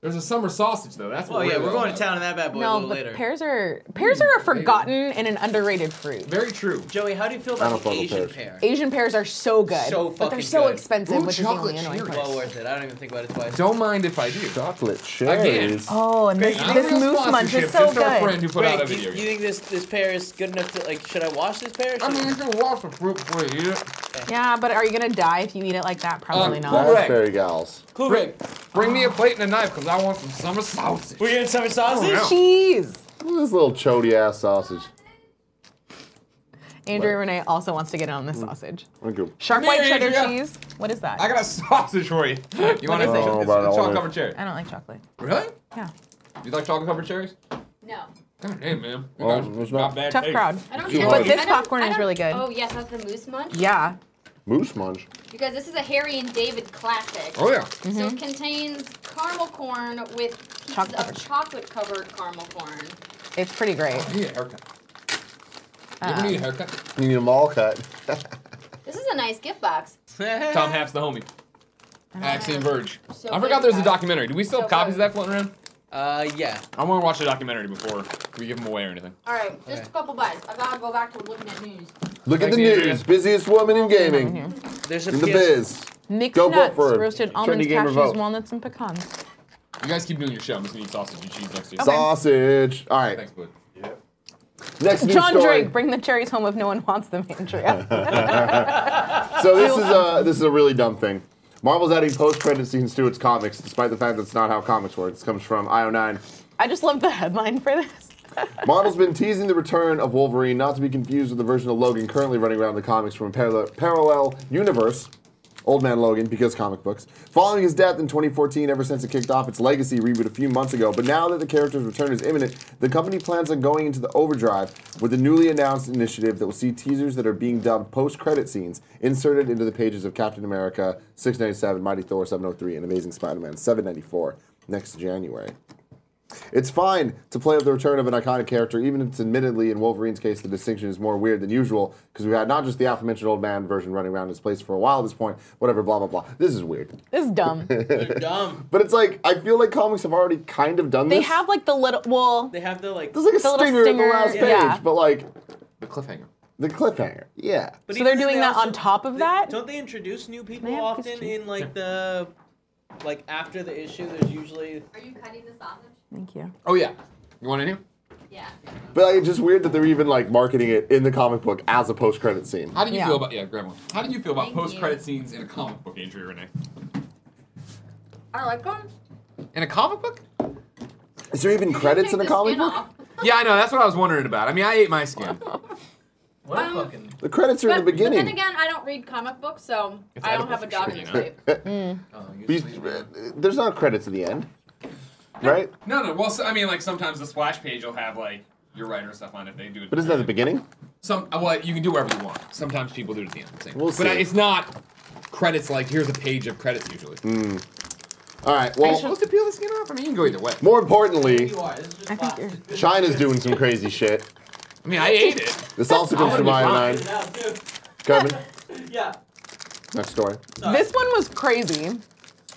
Speaker 1: There's a summer sausage though. That's what
Speaker 2: Oh yeah,
Speaker 1: really
Speaker 2: we're
Speaker 1: all
Speaker 2: going to
Speaker 1: about.
Speaker 2: town on that bad boy a
Speaker 4: No,
Speaker 2: little
Speaker 4: but
Speaker 2: later.
Speaker 4: pears are pears are a forgotten and an underrated fruit.
Speaker 1: Very true.
Speaker 2: Joey, how do you feel
Speaker 3: don't
Speaker 2: about the
Speaker 3: fuck with
Speaker 2: Asian
Speaker 3: pears.
Speaker 2: pear?
Speaker 4: Asian pears are so good,
Speaker 2: So
Speaker 4: but they're
Speaker 2: fucking
Speaker 4: so
Speaker 2: good.
Speaker 4: expensive,
Speaker 1: Ooh,
Speaker 4: which is the only
Speaker 1: chocolate
Speaker 4: annoying
Speaker 1: cherry.
Speaker 4: part.
Speaker 2: Well worth it. I don't even think about it twice.
Speaker 1: Don't mind if I do.
Speaker 3: Chocolate
Speaker 1: Again.
Speaker 3: cherries.
Speaker 4: Oh, and this,
Speaker 1: Not
Speaker 4: this
Speaker 1: real
Speaker 4: moose munch
Speaker 1: sponsorship,
Speaker 4: is so
Speaker 1: just our friend
Speaker 4: good.
Speaker 1: who put
Speaker 2: Wait,
Speaker 1: out a
Speaker 2: do, you,
Speaker 1: video.
Speaker 2: do you think this this pear is good enough to like? Should I wash this pear? or
Speaker 1: I
Speaker 4: Um,
Speaker 2: should-
Speaker 1: mean, you can wash the fruit before you eat it.
Speaker 4: Yeah, but are you gonna die if you eat it like that? Probably
Speaker 1: Um,
Speaker 4: not.
Speaker 1: well-
Speaker 3: Raspberry gals.
Speaker 2: cool, Rick.
Speaker 1: Bring me a plate and a knife, cause I want some summer sausage.
Speaker 2: We getting summer sausage?
Speaker 1: Oh,
Speaker 4: Cheese.
Speaker 3: Look at this little chody ass sausage.
Speaker 4: Andrew
Speaker 3: What?
Speaker 4: Renee also wants to get in on this sausage.
Speaker 3: Thank you.
Speaker 4: Sharp
Speaker 1: Come
Speaker 4: white
Speaker 1: here,
Speaker 4: cheddar
Speaker 1: Andrea.
Speaker 4: cheese. What is that?
Speaker 1: I
Speaker 4: I,
Speaker 1: got a sausage for you. You want
Speaker 4: is it?
Speaker 1: it? It's,
Speaker 3: Oh,
Speaker 1: it's
Speaker 3: about all
Speaker 1: chocolate
Speaker 3: this.
Speaker 1: covered cherry.
Speaker 4: don't like chocolate.
Speaker 1: Really?
Speaker 4: Yeah.
Speaker 1: You like chocolate covered cherries?
Speaker 5: No.
Speaker 1: God damn, man. You
Speaker 3: Well,
Speaker 1: guys
Speaker 3: Oh, it's
Speaker 1: got
Speaker 3: not-
Speaker 1: bad
Speaker 4: Oh, Tough
Speaker 1: taste.
Speaker 4: crowd.
Speaker 5: I don't
Speaker 3: Too
Speaker 5: I
Speaker 3: hard.
Speaker 5: don't-
Speaker 4: But this
Speaker 5: I don't-
Speaker 4: popcorn
Speaker 5: I
Speaker 4: is
Speaker 5: don't-
Speaker 4: really good.
Speaker 5: Oh, yes, that's the Moose Munch.
Speaker 4: Yeah.
Speaker 3: Moose munch.
Speaker 5: You guys, this is a Harry and David classic.
Speaker 1: Oh yeah.
Speaker 5: So it contains caramel corn with
Speaker 4: Mm-hmm.
Speaker 5: pieces
Speaker 4: Chocolate
Speaker 5: of
Speaker 4: covered.
Speaker 5: chocolate covered caramel corn.
Speaker 4: It's pretty great.
Speaker 1: I need a haircut. You ever need a haircut?
Speaker 3: You need them all cut.
Speaker 5: This is a nice gift box.
Speaker 1: Tom Happ's the homie. Axiom Verge.
Speaker 5: So
Speaker 1: I forgot there's a
Speaker 5: good.
Speaker 1: documentary. Do we still have
Speaker 5: So
Speaker 1: copies of
Speaker 5: good.
Speaker 1: that floating around?
Speaker 2: Uh, yeah.
Speaker 1: I want to watch the documentary before we give them away or anything.
Speaker 5: All right, just
Speaker 2: Okay.
Speaker 5: a couple bites. I gotta go back to looking at news.
Speaker 3: Look at the
Speaker 1: Thank you,
Speaker 3: news.
Speaker 1: Andrea.
Speaker 3: Busiest woman in gaming.
Speaker 2: There's a
Speaker 3: In the
Speaker 2: PS
Speaker 3: biz.
Speaker 4: Mixed
Speaker 3: Go vote
Speaker 4: nuts,
Speaker 3: for it.
Speaker 4: roasted
Speaker 3: Trendy
Speaker 4: almonds,
Speaker 3: gamer vote.
Speaker 4: cashews, walnuts, and pecans.
Speaker 1: You guys keep doing your show. I'm just gonna eat sausage and cheese next to you.
Speaker 4: Okay.
Speaker 3: Sausage. All right.
Speaker 1: Thanks, bud.
Speaker 3: Next news
Speaker 4: John
Speaker 3: story.
Speaker 4: Drake, bring the cherries home if no one wants them, Andrea.
Speaker 3: So this is a this is a really dumb thing. Marvel's adding post-credit scenes to its comics, despite the fact that's not how comics work. This comes from IO9.
Speaker 4: I just love the headline for this.
Speaker 3: Marvel's been teasing the return of Wolverine, not to be confused with the version of Logan currently running around the comics from a parallel, parallel universe, Old Man Logan, because comic books. Following his death in 2014, ever since it kicked off its legacy reboot a few months ago, but now that the character's return is imminent, the company plans on going into the overdrive with the newly announced initiative that will see teasers that are being dubbed post-credit scenes inserted into the pages of Captain oh America 697, Mighty Thor 703, and Amazing Spider-Man 794 next January. It's fine to play up the return of an iconic character, even if it's admittedly, in Wolverine's case, the distinction is more weird than usual, because we've had not just the aforementioned old man version running around his place for a while at this point, whatever, blah, blah, blah. This is weird.
Speaker 4: This is dumb.
Speaker 2: They're dumb.
Speaker 3: But it's like, I feel like comics have already kind of done
Speaker 4: they
Speaker 3: this.
Speaker 4: have like the little well.
Speaker 2: They have the like.
Speaker 3: There's like a
Speaker 4: the little
Speaker 3: stinger, in the
Speaker 4: stinger,
Speaker 3: last page,
Speaker 4: yeah.
Speaker 3: but like,
Speaker 1: The cliffhanger.
Speaker 3: the cliffhanger. Yeah.
Speaker 2: but
Speaker 4: So they're
Speaker 2: even then
Speaker 4: doing
Speaker 2: they
Speaker 4: that
Speaker 2: also-
Speaker 4: on top of
Speaker 2: they-
Speaker 4: that?
Speaker 2: Don't they introduce new people
Speaker 4: have
Speaker 2: often
Speaker 4: history.
Speaker 2: in like the, like after the issue? There's usually
Speaker 5: Are you cutting this off?
Speaker 4: Thank you.
Speaker 1: Oh yeah. You want any?
Speaker 5: Yeah.
Speaker 3: But like, it's just weird that they're even like marketing it in the comic book as a post-credit scene.
Speaker 1: How do you
Speaker 4: Yeah.
Speaker 1: feel about yeah, grab one. How do you feel about
Speaker 5: Thank you.
Speaker 1: post credit scenes in a comic book, Andrew Renee?
Speaker 5: I like them.
Speaker 1: In a comic book?
Speaker 3: Is there even credits in a comic book?
Speaker 1: Yeah, I know. That's what I was wondering about. I mean, I ate my skin.
Speaker 6: What
Speaker 5: Um,
Speaker 6: a fucking.
Speaker 3: The credits are in the beginning.
Speaker 5: But then again, I don't read comic books, so
Speaker 1: It's
Speaker 5: I don't
Speaker 1: edible
Speaker 5: have a
Speaker 1: for
Speaker 5: dog
Speaker 1: sure,
Speaker 5: in this
Speaker 1: you know.
Speaker 5: fight.
Speaker 6: Oh, you
Speaker 3: Be-
Speaker 6: sleep, man.
Speaker 3: uh, There's not credits at the end, right?
Speaker 1: No, no. Well, so, I mean, like sometimes the splash page will have like your writer stuff on it if they do it.
Speaker 3: But isn't that the beginning?
Speaker 1: Some uh, well, you can do whatever you want. Sometimes people do it at the end. Same.
Speaker 3: We'll
Speaker 1: but uh,
Speaker 3: see.
Speaker 1: it's not credits. Like here's a page of credits usually.
Speaker 3: All right.
Speaker 1: Are you
Speaker 3: Well,
Speaker 1: supposed to peel the skin off? I mean, you can go either way.
Speaker 3: more importantly,
Speaker 6: You are. This is just
Speaker 4: I think
Speaker 6: plastic.
Speaker 3: China's doing some crazy shit.
Speaker 1: I mean, I ate it.
Speaker 3: This also comes from
Speaker 1: I
Speaker 3: Iron
Speaker 1: wouldn't
Speaker 3: Nine.
Speaker 1: be
Speaker 6: Yeah, dude.
Speaker 3: Kevin,
Speaker 6: Yeah.
Speaker 4: Um,
Speaker 3: next story.
Speaker 6: Sorry.
Speaker 4: This one was crazy.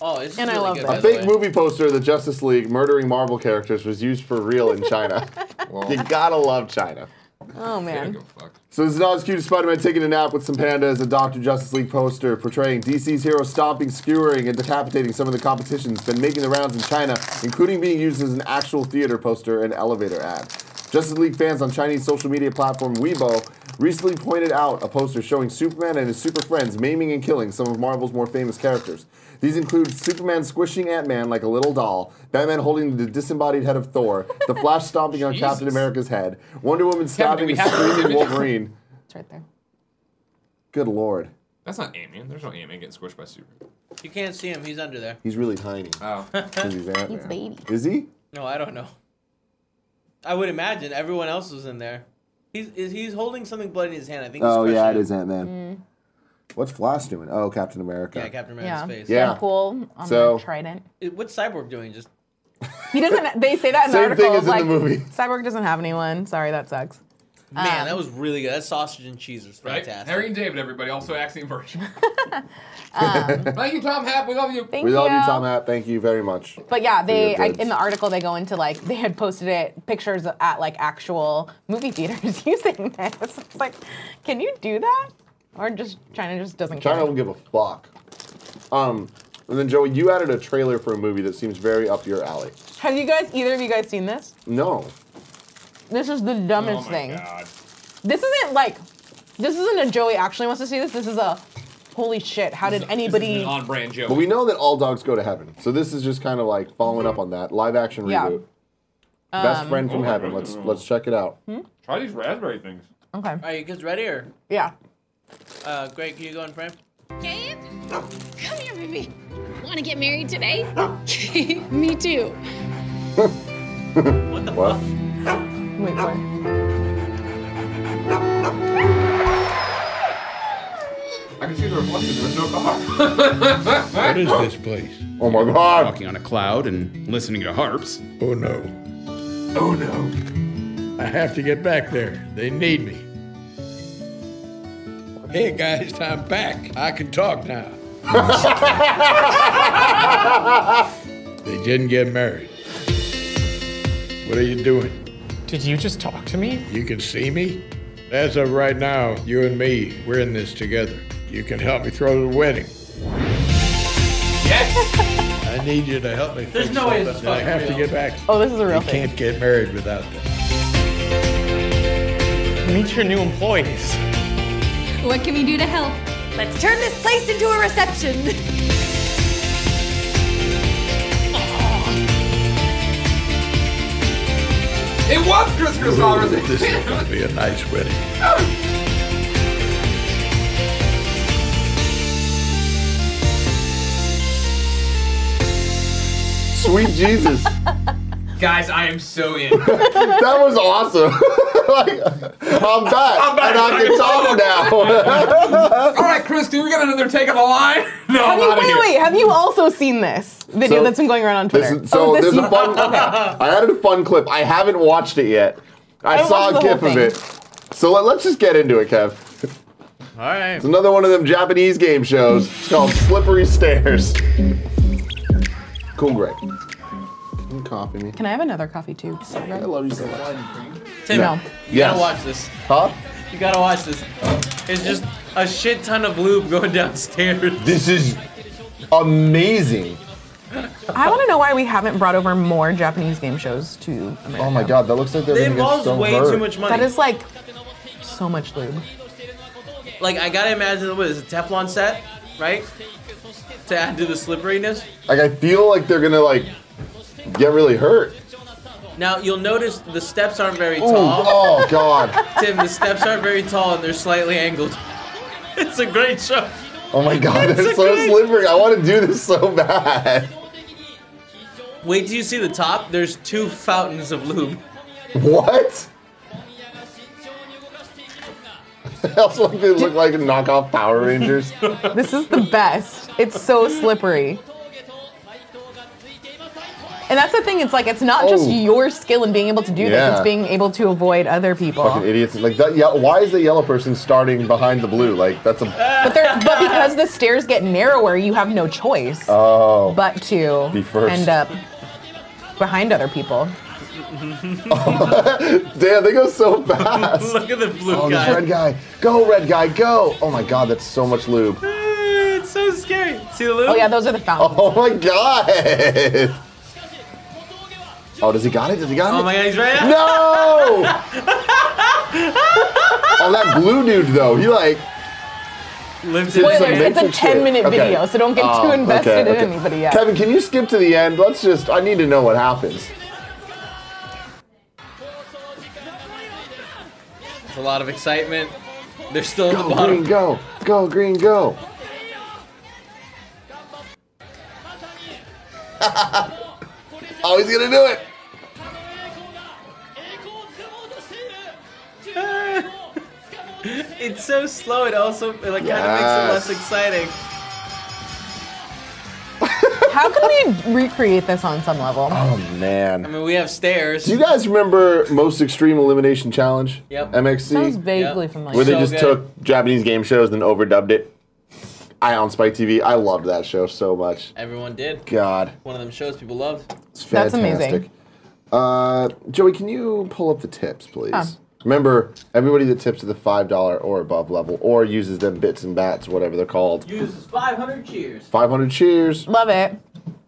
Speaker 2: Oh, it's just
Speaker 4: And I
Speaker 2: really
Speaker 4: love
Speaker 2: good,
Speaker 4: that.
Speaker 2: by
Speaker 3: A
Speaker 2: the
Speaker 3: fake
Speaker 2: way.
Speaker 3: movie poster of the Justice League murdering Marvel characters was used for real in China.
Speaker 1: Well,
Speaker 3: you gotta love China.
Speaker 4: Oh
Speaker 1: I don't
Speaker 4: man.
Speaker 1: give a fuck.
Speaker 3: So this is not as cute as Spider-Man taking a nap with some pandas, a Doctor Justice League poster portraying DC's hero stomping, skewering, and decapitating some of the competition's been making the rounds in China, including being used as an actual theater poster and elevator ad. Justice League fans on Chinese social media platform Weibo recently pointed out a poster showing Superman and his super friends maiming and killing some of Marvel's more famous characters. These include Superman squishing Ant-Man like a little doll, Batman holding the disembodied head of Thor, the Flash stomping on
Speaker 1: Jesus.
Speaker 3: Captain America's head, Wonder Woman stabbing
Speaker 1: we
Speaker 3: and
Speaker 1: have those
Speaker 3: screaming
Speaker 1: images?
Speaker 3: Wolverine.
Speaker 4: It's right there.
Speaker 3: Good lord.
Speaker 1: That's not Ant-Man. There's no Ant-Man getting squished by Superman.
Speaker 2: You can't see him. He's under there.
Speaker 3: He's really tiny.
Speaker 1: Oh.
Speaker 3: 'cause he's Ant-Man.
Speaker 4: He's a baby.
Speaker 3: Is he?
Speaker 2: No, I don't know. I would imagine everyone else was in there. He's is, he's holding something bloody in his hand. I think. He's
Speaker 3: Oh yeah, it
Speaker 2: crushing
Speaker 3: is Ant
Speaker 1: Mm.
Speaker 3: Man. What's Flash doing? Oh, Captain America.
Speaker 2: Yeah, Captain America's
Speaker 4: Yeah.
Speaker 2: face.
Speaker 3: Yeah.
Speaker 4: Cool. On
Speaker 3: So-
Speaker 4: the trident.
Speaker 2: It- What's Cyborg doing? Just
Speaker 4: He doesn't. They say that in the
Speaker 3: Same
Speaker 4: article.
Speaker 3: thing as in
Speaker 4: like,
Speaker 3: the movie.
Speaker 4: Cyborg doesn't have anyone. Sorry, that sucks.
Speaker 2: man,
Speaker 4: Um,
Speaker 2: that was really good. That sausage and cheese was
Speaker 1: Right?
Speaker 2: fantastic.
Speaker 1: Harry and David, everybody. Also, Axiom version. Thank you, Tom Happ. We love you.
Speaker 4: Um, Thank
Speaker 3: We love you,
Speaker 4: you.
Speaker 3: Tom Hatt. Thank you very much.
Speaker 4: But yeah, they
Speaker 3: your
Speaker 4: I,
Speaker 3: goods.
Speaker 4: in the article they go into like they had posted it pictures at like actual movie theaters using this. It's like, can you do that? Or just China just doesn't
Speaker 3: China
Speaker 4: care.
Speaker 3: don't give a fuck. Um, and then Joey, you added a trailer for a movie that seems very up your alley.
Speaker 4: Have you guys either of you guys seen this?
Speaker 3: No.
Speaker 4: This is the
Speaker 1: Oh
Speaker 4: dumbest
Speaker 1: my
Speaker 4: thing.
Speaker 1: God.
Speaker 4: This isn't like this isn't a Joey actually wants to see this. This is a holy shit, how did
Speaker 1: This is
Speaker 4: anybody
Speaker 1: an on-brand joke.
Speaker 3: But we know that all dogs go to heaven. So this is just kind of like following up on that. Live action
Speaker 4: Yeah.
Speaker 3: reboot. Best friend from
Speaker 1: Oh my Hmm?
Speaker 3: heaven.
Speaker 1: goodness.
Speaker 3: Let's let's check it out.
Speaker 1: Try these raspberry things.
Speaker 4: Okay.
Speaker 2: Are you guys ready or?
Speaker 4: Yeah.
Speaker 2: Uh, Greg, can you go in frame?
Speaker 7: Gabe? Come here, baby. Want to get married today? Me too.
Speaker 2: What the
Speaker 3: What?
Speaker 2: fuck?
Speaker 4: Wait for it.
Speaker 1: I can see the reflection. There's no car.
Speaker 8: What is this place?
Speaker 3: Oh my god.
Speaker 9: walking on a cloud and listening to harps.
Speaker 8: Oh no.
Speaker 1: Oh no.
Speaker 8: I have to get back there. They need me. Hey guys, I'm back. I can talk now. they didn't get married. What are you doing?
Speaker 10: Did you just talk to me?
Speaker 8: You can see me? As of right now, you and me, we're in this together. You can help me throw the wedding.
Speaker 1: Yes.
Speaker 8: I need you to help me.
Speaker 2: There's
Speaker 8: fix
Speaker 2: no way
Speaker 8: something.
Speaker 2: this is
Speaker 8: I
Speaker 2: fucking
Speaker 8: have to
Speaker 2: real.
Speaker 8: get back.
Speaker 4: Oh, this is a real
Speaker 8: You
Speaker 4: thing.
Speaker 8: can't get married without that.
Speaker 10: Meet your new employees.
Speaker 5: What can we do to help?
Speaker 7: Let's turn this place into a reception.
Speaker 1: it was Chris
Speaker 8: This
Speaker 1: Christopherson.
Speaker 8: is going to be a nice wedding.
Speaker 3: Sweet Jesus.
Speaker 1: Guys, I am so in.
Speaker 3: That was awesome. like, I'm back,
Speaker 1: I'm back.
Speaker 3: and I can talk now.
Speaker 1: All right, Chris, do we get another take on the line? No,
Speaker 4: Have
Speaker 1: I'm
Speaker 4: you,
Speaker 1: out of
Speaker 4: wait,
Speaker 1: here.
Speaker 4: wait, have you also seen this video
Speaker 3: So-
Speaker 4: that's been going around on
Speaker 3: This
Speaker 4: Twitter?
Speaker 3: is- so
Speaker 4: Oh, this
Speaker 3: there's a
Speaker 4: you-
Speaker 3: fun.
Speaker 4: okay.
Speaker 3: I added a fun clip. I haven't watched it yet. I,
Speaker 4: I
Speaker 3: saw a
Speaker 4: watched the
Speaker 3: gif
Speaker 4: whole
Speaker 3: of
Speaker 4: thing.
Speaker 3: it. So let, let's just get into it, Kev.
Speaker 10: All right.
Speaker 3: It's another one of them Japanese game shows. It's called Slippery Stairs. Cool, Greg. You copy me.
Speaker 4: Can I have another coffee too?
Speaker 3: I love you so much.
Speaker 2: Tim,
Speaker 4: No.
Speaker 2: you
Speaker 3: Yes.
Speaker 2: gotta watch this.
Speaker 3: Huh?
Speaker 2: You gotta watch this. It's just a shit ton of lube going downstairs.
Speaker 3: This is amazing.
Speaker 4: I want to know why we haven't brought over more Japanese game shows to America.
Speaker 3: Oh my god, that looks like they're gonna
Speaker 2: It
Speaker 3: get
Speaker 2: involves
Speaker 3: so
Speaker 2: way
Speaker 3: hurt.
Speaker 2: too much money.
Speaker 4: That is like so much lube.
Speaker 2: like I gotta imagine what is it, a Teflon set, right? To add to the slipperiness.
Speaker 3: Like I feel like they're gonna like get really hurt.
Speaker 2: Now you'll notice the steps aren't very
Speaker 3: Ooh,
Speaker 2: tall.
Speaker 3: oh god.
Speaker 2: Tim, the steps aren't very tall and they're slightly angled. It's a great show.
Speaker 3: Oh my god,
Speaker 2: It's
Speaker 3: they're
Speaker 2: a
Speaker 3: so
Speaker 2: good-
Speaker 3: slippery. I want to do this so bad.
Speaker 2: Wait till you see the top. There's two fountains of lube.
Speaker 3: What? I also like they look like knockoff Power Rangers.
Speaker 4: This is the best. It's so slippery. And that's the thing. It's like it's not just
Speaker 3: Oh.
Speaker 4: your skill in being able to do
Speaker 3: Yeah.
Speaker 4: this; it's being able to avoid other people.
Speaker 3: Fucking idiots! Like that. Yeah. Why is the yellow person starting behind the blue? Like that's a
Speaker 4: But there, but because the stairs get narrower, you have no choice
Speaker 3: oh.
Speaker 4: but to
Speaker 3: Be first.
Speaker 4: end up behind other people.
Speaker 3: Damn, they go so fast.
Speaker 2: Look at the blue
Speaker 3: Oh, this
Speaker 2: guy.
Speaker 3: red guy. Go, red guy, go. Oh my god, that's so much lube.
Speaker 2: Ah, It's so scary. See the lube?
Speaker 4: Oh yeah, those are the fountains.
Speaker 3: Oh my god. Oh, does he got it? Does he got it?
Speaker 2: Oh my god, he's right.
Speaker 3: No! oh, that blue dude though, he like.
Speaker 2: Lived
Speaker 3: did
Speaker 4: Spoilers,
Speaker 3: some
Speaker 2: in
Speaker 4: it's a
Speaker 3: basic
Speaker 4: 10
Speaker 3: shit. Oh,
Speaker 4: minute video, so don't get too invested in anybody yet.
Speaker 3: Kevin, can you skip to the end? Let's just, I need to know what happens.
Speaker 2: It's a lot of excitement. They're still at the
Speaker 3: Go, green,
Speaker 2: bottom.
Speaker 3: go. Go, green, go. oh, he's gonna do it.
Speaker 2: It's so slow. It also it like kind of
Speaker 3: Yes.
Speaker 2: makes it less exciting.
Speaker 4: How can we recreate this on some level?
Speaker 3: Oh,
Speaker 2: I
Speaker 3: man.
Speaker 2: mean, we have stairs.
Speaker 3: Do you guys remember Most Extreme Elimination Challenge?
Speaker 2: Yep.
Speaker 3: MXC?
Speaker 4: Sounds vaguely
Speaker 2: Yeah.
Speaker 4: familiar.
Speaker 3: Where they
Speaker 2: So
Speaker 3: just
Speaker 2: good.
Speaker 3: took Japanese game shows and then overdubbed it. I on Spike TV. I loved that show so much.
Speaker 2: Everyone did.
Speaker 3: God,
Speaker 2: One of them shows people loved.
Speaker 3: it's
Speaker 4: That's
Speaker 3: fantastic.
Speaker 4: amazing.
Speaker 3: Uh, Joey, can you pull up the tips, please?
Speaker 4: Huh.
Speaker 3: Remember, everybody that tips at the five dollar or above level, or uses them bits and bats, whatever they're called.
Speaker 6: Uses 500 cheers.
Speaker 3: Five hundred cheers,
Speaker 4: Love it.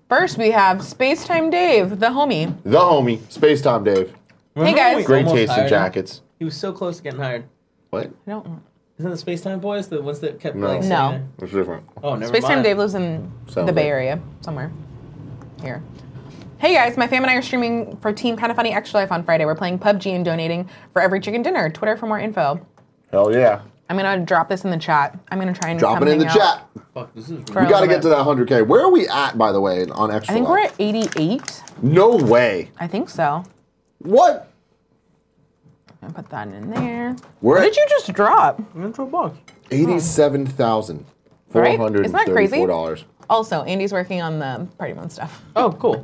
Speaker 4: First, we have Spacetime Dave, the homie.
Speaker 3: the homie, Space Time Dave.
Speaker 4: Hey guys.
Speaker 3: Great
Speaker 2: Almost
Speaker 3: taste in
Speaker 2: hired him.
Speaker 3: jackets.
Speaker 2: He was so close to getting hired.
Speaker 3: What?
Speaker 4: I don't.
Speaker 2: Isn't the Space Time Boys the ones that kept
Speaker 3: No.
Speaker 2: like sitting
Speaker 4: No.
Speaker 2: there?
Speaker 3: It's different.
Speaker 2: Oh, never
Speaker 4: Space Time
Speaker 2: mind.
Speaker 4: Dave lives in
Speaker 3: Sounds
Speaker 4: the Bay
Speaker 3: like-
Speaker 4: Area somewhere. Here. Hey guys, my fam and I are streaming for Team Kind of Funny Extra Life on Friday. We're playing PUBG and donating for every chicken dinner. Twitter for more info.
Speaker 3: Hell yeah!
Speaker 4: I'm gonna drop this in the chat. I'm gonna try and
Speaker 3: Drop
Speaker 4: come
Speaker 3: it in the
Speaker 4: hang out
Speaker 3: chat.
Speaker 2: Fuck, this is
Speaker 4: for
Speaker 3: We gotta
Speaker 4: a little
Speaker 3: get to
Speaker 4: bit.
Speaker 3: that hundred k. Where are we at, by the way, on extra?
Speaker 4: I think we're
Speaker 3: Life?
Speaker 4: at 88.
Speaker 3: No way.
Speaker 4: I think so.
Speaker 3: What?
Speaker 4: I'm gonna put that in there.
Speaker 3: We're
Speaker 4: What
Speaker 3: at
Speaker 4: did you just drop?
Speaker 2: intro box.
Speaker 3: Eighty-seven thousand four
Speaker 4: Right?
Speaker 3: hundred
Speaker 4: Isn't that crazy? Oh,
Speaker 3: thirty-four dollars.
Speaker 4: Also, Andy's working on the party one stuff.
Speaker 2: Oh, cool.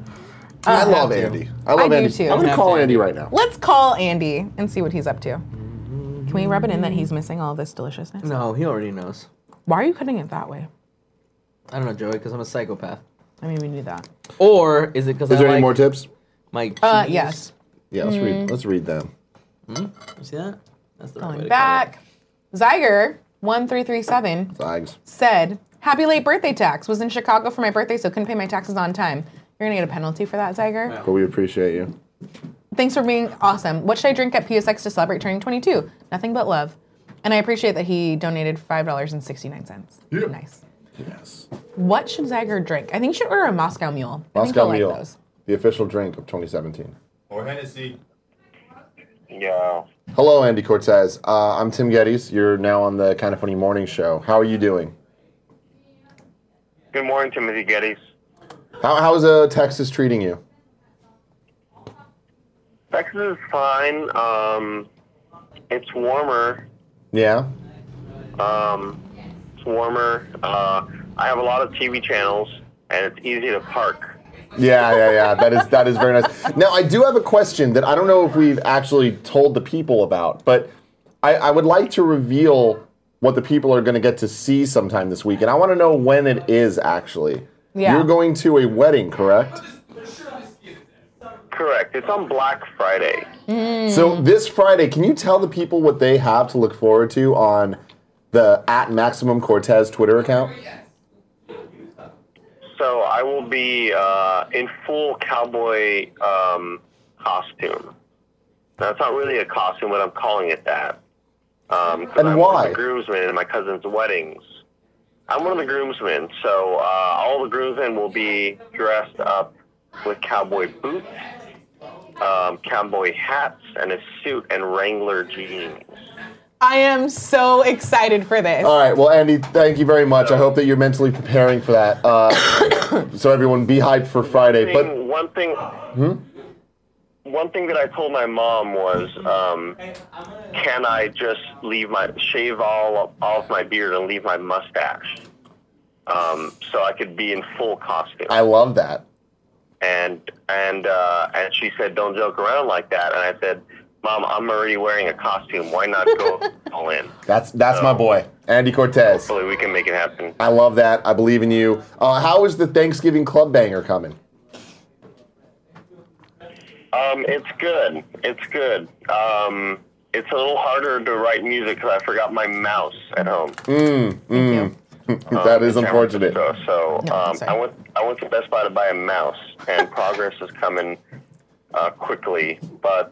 Speaker 3: I love Andy. I love
Speaker 4: I do
Speaker 3: Andy.
Speaker 4: too.
Speaker 3: I'm
Speaker 4: Don't
Speaker 3: gonna
Speaker 2: have
Speaker 3: call
Speaker 2: to.
Speaker 3: Andy right now.
Speaker 4: Let's call Andy and see what he's up to. Can we rub it in that he's missing all this deliciousness?
Speaker 2: No, he already knows.
Speaker 4: Why are you cutting it that way?
Speaker 2: I don't know, Joey, because I'm a psychopath.
Speaker 4: I mean, we knew that.
Speaker 2: Or is it because I
Speaker 3: Is there
Speaker 2: like
Speaker 3: any more tips?
Speaker 2: my
Speaker 4: Uh,
Speaker 2: keys?
Speaker 4: yes.
Speaker 3: Yeah, let's
Speaker 4: Mm.
Speaker 3: read. Let's read them.
Speaker 2: You see that? That's the right way
Speaker 4: Going
Speaker 2: to
Speaker 4: back. Zeiger, 1337,
Speaker 3: Flags.
Speaker 4: said, Happy late birthday tax. Was in Chicago for my birthday, so couldn't pay my taxes on time. You're going to get a penalty for that, Zeiger.
Speaker 3: But we appreciate you.
Speaker 4: Thanks for being awesome. What should I drink at PSX to celebrate turning 22? Nothing but love. And I appreciate that he donated $5.69. Nice.
Speaker 3: Yes.
Speaker 4: What should Zeiger drink? I think you should order a Moscow Mule. I think
Speaker 3: Moscow
Speaker 4: he'll
Speaker 3: Mule,
Speaker 4: Like those.
Speaker 3: the official drink of 2017.
Speaker 11: Or Hennessy. Yeah.
Speaker 3: Hello, Andy Cortez. Uh, I'm Tim Geddes. You're now on the Kind of Funny Morning Show. How are you doing?
Speaker 11: Good morning, Timothy Geddes.
Speaker 3: How, how's uh, Texas treating you?
Speaker 11: Texas is fine. Um, It's warmer.
Speaker 3: Yeah.
Speaker 11: Um, it's warmer. Uh, I have a lot of TV channels, and it's easy to park.
Speaker 3: Yeah, yeah, yeah. That is that is very nice. Now I do have a question that I don't know if we've actually told the people about, but I, I would like to reveal what the people are going to get to see sometime this week, and I want to know when it is actually.
Speaker 11: Yeah.
Speaker 3: You're going to a wedding, correct?
Speaker 11: Correct. It's on Black Friday.
Speaker 3: So this Friday, can you tell the people what they have to look forward to on the at Maximum Cortez Twitter account?
Speaker 11: So I will be uh, in full cowboy um, costume. Now, it's not really a costume, but I'm calling it that. Um, 'cause
Speaker 3: And
Speaker 11: I'm One
Speaker 3: why?
Speaker 11: of the groomsmen in my cousin's weddings. I'm one of the groomsmen, so uh, all the groomsmen will be dressed up with cowboy boots, um, cowboy hats, and a suit and Wrangler jeans.
Speaker 4: I am so excited for this.
Speaker 3: All right. Well, Andy, thank you very much. I hope that you're mentally preparing for that. Uh, so everyone, be hyped for Friday. But
Speaker 11: Thing- one thing,
Speaker 3: hmm?
Speaker 11: one thing that I told my mom was, um, can I just leave my shave all all of my beard and leave my mustache, um, so I could be in full costume?
Speaker 3: I love that.
Speaker 11: And and uh, and she said, don't joke around like that. And I said, Mom, I'm already wearing a costume. Why not go all in?
Speaker 3: That's that's my boy, Andy Cortez.
Speaker 11: Hopefully, we can make it happen.
Speaker 3: I love that. I believe in you. Uh, how is the Thanksgiving Club Banger coming?
Speaker 11: Um, it's good. It's good. Um, it's a little harder to write music because I forgot my mouse at home.
Speaker 3: Mm, mm.
Speaker 11: Um,
Speaker 3: that is
Speaker 11: in San
Speaker 3: unfortunate.
Speaker 11: Francisco. So um, I went. I went to Best Buy to buy a mouse, and progress is coming uh, quickly. But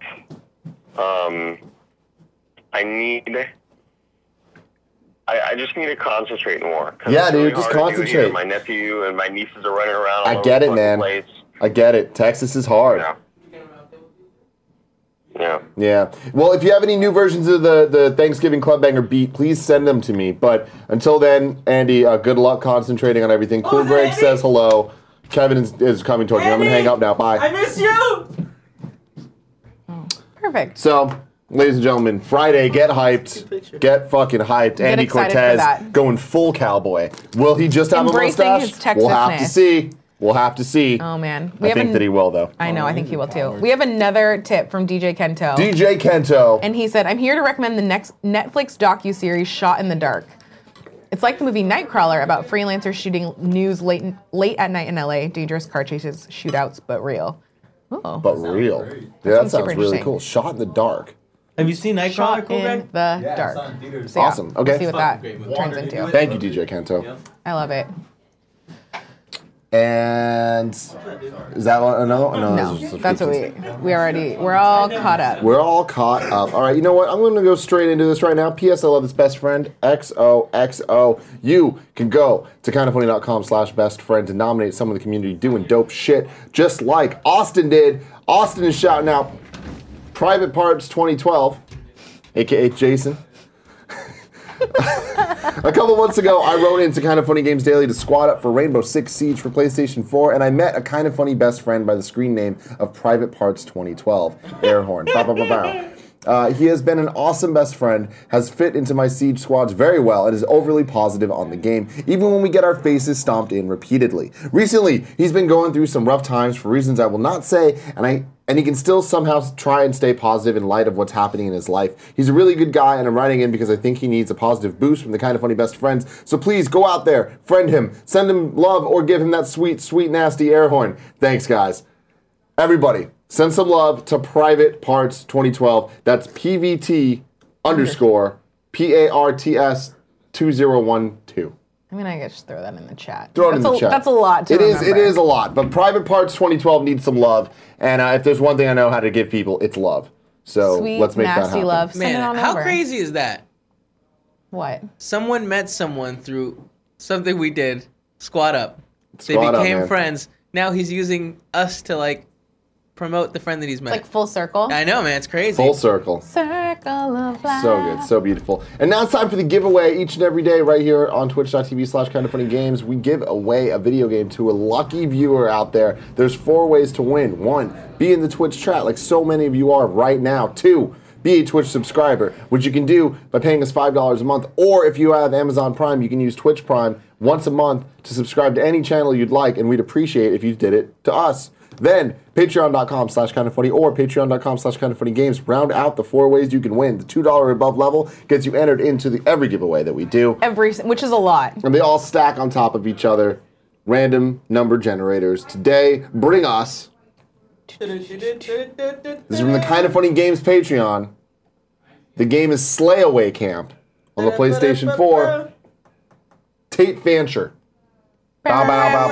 Speaker 11: um, I need. I, I just need to concentrate more. 'cause
Speaker 3: Yeah,
Speaker 11: it's
Speaker 3: dude, just
Speaker 11: hard to do here.
Speaker 3: concentrate.
Speaker 11: My nephew and my nieces are running around. all
Speaker 3: I
Speaker 11: over
Speaker 3: get
Speaker 11: the
Speaker 3: it,
Speaker 11: fucking
Speaker 3: man.
Speaker 11: Place.
Speaker 3: I get it. Texas is hard.
Speaker 11: Yeah.
Speaker 3: Yeah. Well, if you have any new versions of the, the Thanksgiving Club Banger beat, please send them to me. But until then, Andy, uh, good luck concentrating on everything. Cool Greg says hello. Kevin is, is coming towards you. I'm going to hang up now. Bye.
Speaker 6: I miss you.
Speaker 4: Perfect.
Speaker 3: So, ladies and gentlemen, Friday, get hyped. Get fucking hyped.
Speaker 4: Get
Speaker 3: Andy
Speaker 4: excited for
Speaker 3: Cortez
Speaker 4: that.
Speaker 3: going full cowboy. Will he just have
Speaker 4: Embracing
Speaker 3: a
Speaker 4: his
Speaker 3: mustache? We'll have to
Speaker 4: Texasness.
Speaker 3: see. We'll have to see.
Speaker 4: Oh man,
Speaker 3: I think
Speaker 4: an-
Speaker 3: that he will, though.
Speaker 4: I know. I think he will too. We have another tip from DJ Kento.
Speaker 3: DJ Kento.
Speaker 4: and he said, "I'm here to recommend the next Netflix docu series, Shot in the Dark. It's like the movie Nightcrawler about freelancers shooting news late late at night in LA, dangerous car chases, shootouts, but real. Oh,
Speaker 3: but real. Yeah, that
Speaker 4: sounds super
Speaker 3: sounds really
Speaker 4: interesting.
Speaker 3: cool. Shot in the dark.
Speaker 2: Have you seen Nightcrawler?
Speaker 4: Shot in the dark. So yeah,
Speaker 3: Awesome.
Speaker 4: we'll
Speaker 3: Okay.
Speaker 4: see what that
Speaker 3: Fucking
Speaker 4: turns into.
Speaker 3: Thank you, DJ Kento.
Speaker 4: I love it.
Speaker 3: And is that one- another one? No,
Speaker 4: No,
Speaker 3: those are just the
Speaker 4: that's what
Speaker 3: frequency.
Speaker 4: we we already we're all caught up.
Speaker 3: We're all caught up. All right, you know what? I'm going to go straight into this right now. P.S. I love this best friend. XOXO. You can go to kindoffunny.com slash best friend to nominate someone in the community doing dope shit, just like Austin did. Austin is shouting out Private Parts 2012, aka Jason. A couple months ago, I wrote into Kind of Funny Games Daily to squad up for Rainbow Six Siege for PlayStation 4, and I met a kind of funny best friend by the screen name of Private Parts 2012, Airhorn. Bow, bow, bow, bow. Uh, he has been an awesome best friend, has fit into my siege squads very well, and is overly positive on the game, even when we get our faces stomped in repeatedly. Recently, he's been going through some rough times for reasons I will not say, and I and he can still somehow try and stay positive in light of what's happening in his life. He's a really good guy, and I'm writing in because I think he needs a positive boost from the kind of funny best friends. So please go out there, friend him, send him love, or give him that sweet, sweet, nasty air horn. Thanks, guys. Everybody, send some love to Private Parts 2012. That's PVT underscore P A R T S 2012.
Speaker 4: I mean, I guess just throw that in the chat.
Speaker 3: Throw it
Speaker 4: that's
Speaker 3: in the
Speaker 4: a,
Speaker 3: chat.
Speaker 4: That's a lot. To
Speaker 3: It is. It
Speaker 4: remember.
Speaker 3: is a lot. But Private Parts 2012 needs some love, and uh, if there's one thing I know how to give people, it's love. So
Speaker 4: Sweet,
Speaker 3: let's make that
Speaker 4: nasty
Speaker 3: happen.
Speaker 4: love. Send it
Speaker 2: Man,
Speaker 4: on
Speaker 2: how
Speaker 4: over.
Speaker 2: crazy is that?
Speaker 4: What?
Speaker 2: Someone met someone through something we did. Squad up.
Speaker 3: Squad
Speaker 2: they
Speaker 3: up,
Speaker 2: became
Speaker 3: man.
Speaker 2: friends. Now he's using us to like promote the friend that he's met.
Speaker 4: Like full circle.
Speaker 2: I know, man. It's crazy.
Speaker 3: Full circle.
Speaker 4: Circle of life.
Speaker 3: So good, so beautiful. And now it's time for the giveaway each and every day right here on twitch.tv slash kind of funny games. We give away a video game to a lucky viewer out there. There's four ways to win. One, be in the Twitch chat like so many of you are right now. Two, be a Twitch subscriber, which you can do by paying us $5 a month. Or if you have Amazon Prime, you can use Twitch Prime once a month to subscribe to any channel you'd like, and we'd appreciate if you did it to us. Then patreon.com slash kind of funny or patreon.com slash kind of funny games round out the four ways you can win. The $2 above level gets you entered into the every giveaway that we do.
Speaker 4: Every, which is a lot.
Speaker 3: And they all stack on top of each other. Random number generators. Today, bring us. This is from the Kind of Funny Games Patreon. The game is Slayaway Camp on the PlayStation 4. Tate Fancher. Bow, bow, bow,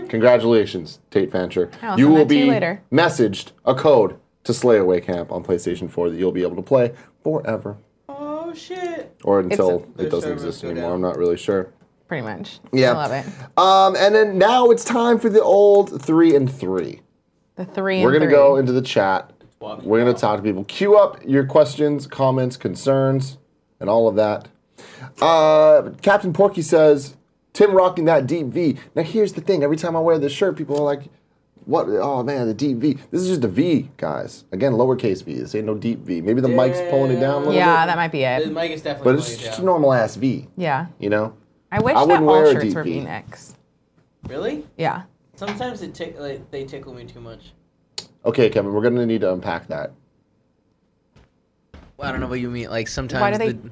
Speaker 3: bow. Congratulations, Tate Fancher.
Speaker 4: I'll
Speaker 3: You
Speaker 4: send
Speaker 3: will
Speaker 4: that to you
Speaker 3: be
Speaker 4: later.
Speaker 3: messaged a code to Slayaway Camp on PlayStation 4 that you'll be able to play forever
Speaker 2: Oh shit.
Speaker 3: or until
Speaker 2: The
Speaker 3: it doesn't
Speaker 2: servers
Speaker 3: exist
Speaker 2: go
Speaker 3: anymore.
Speaker 2: down.
Speaker 3: I'm not really sure.
Speaker 4: Pretty much.
Speaker 3: Yeah.
Speaker 4: I love it.
Speaker 3: Um, and then now it's time for the old three and three.
Speaker 4: The three
Speaker 3: We're
Speaker 4: and
Speaker 3: gonna
Speaker 4: three.
Speaker 3: go into the chat. We're gonna talk to people. Queue up your questions, comments, concerns, and all of that. Uh, Captain Porky says, "Tim rocking that deep V." Now here's the thing: every time I wear this shirt, people are like, "What? Oh man, the deep V. This is just a V, guys. Again, lowercase v. This ain't no deep V. Maybe the mic's pulling it down a little
Speaker 4: Yeah,
Speaker 3: bit,
Speaker 4: that might be
Speaker 2: The
Speaker 4: it.
Speaker 2: mic is definitely.
Speaker 3: but it's just a normal ass V.
Speaker 4: Yeah.
Speaker 3: You know?
Speaker 4: I wish
Speaker 3: I
Speaker 4: that
Speaker 3: wouldn't
Speaker 4: all
Speaker 3: wear a
Speaker 4: shirts
Speaker 3: deep
Speaker 4: were
Speaker 3: V.
Speaker 4: V-necks.
Speaker 2: Really?
Speaker 4: Yeah.
Speaker 2: Sometimes it tick- like, they tickle me too much.
Speaker 3: Okay, Kevin, we're gonna need to unpack that.
Speaker 2: Well, I don't know what you mean. Like sometimes.
Speaker 4: Why do they-
Speaker 2: The,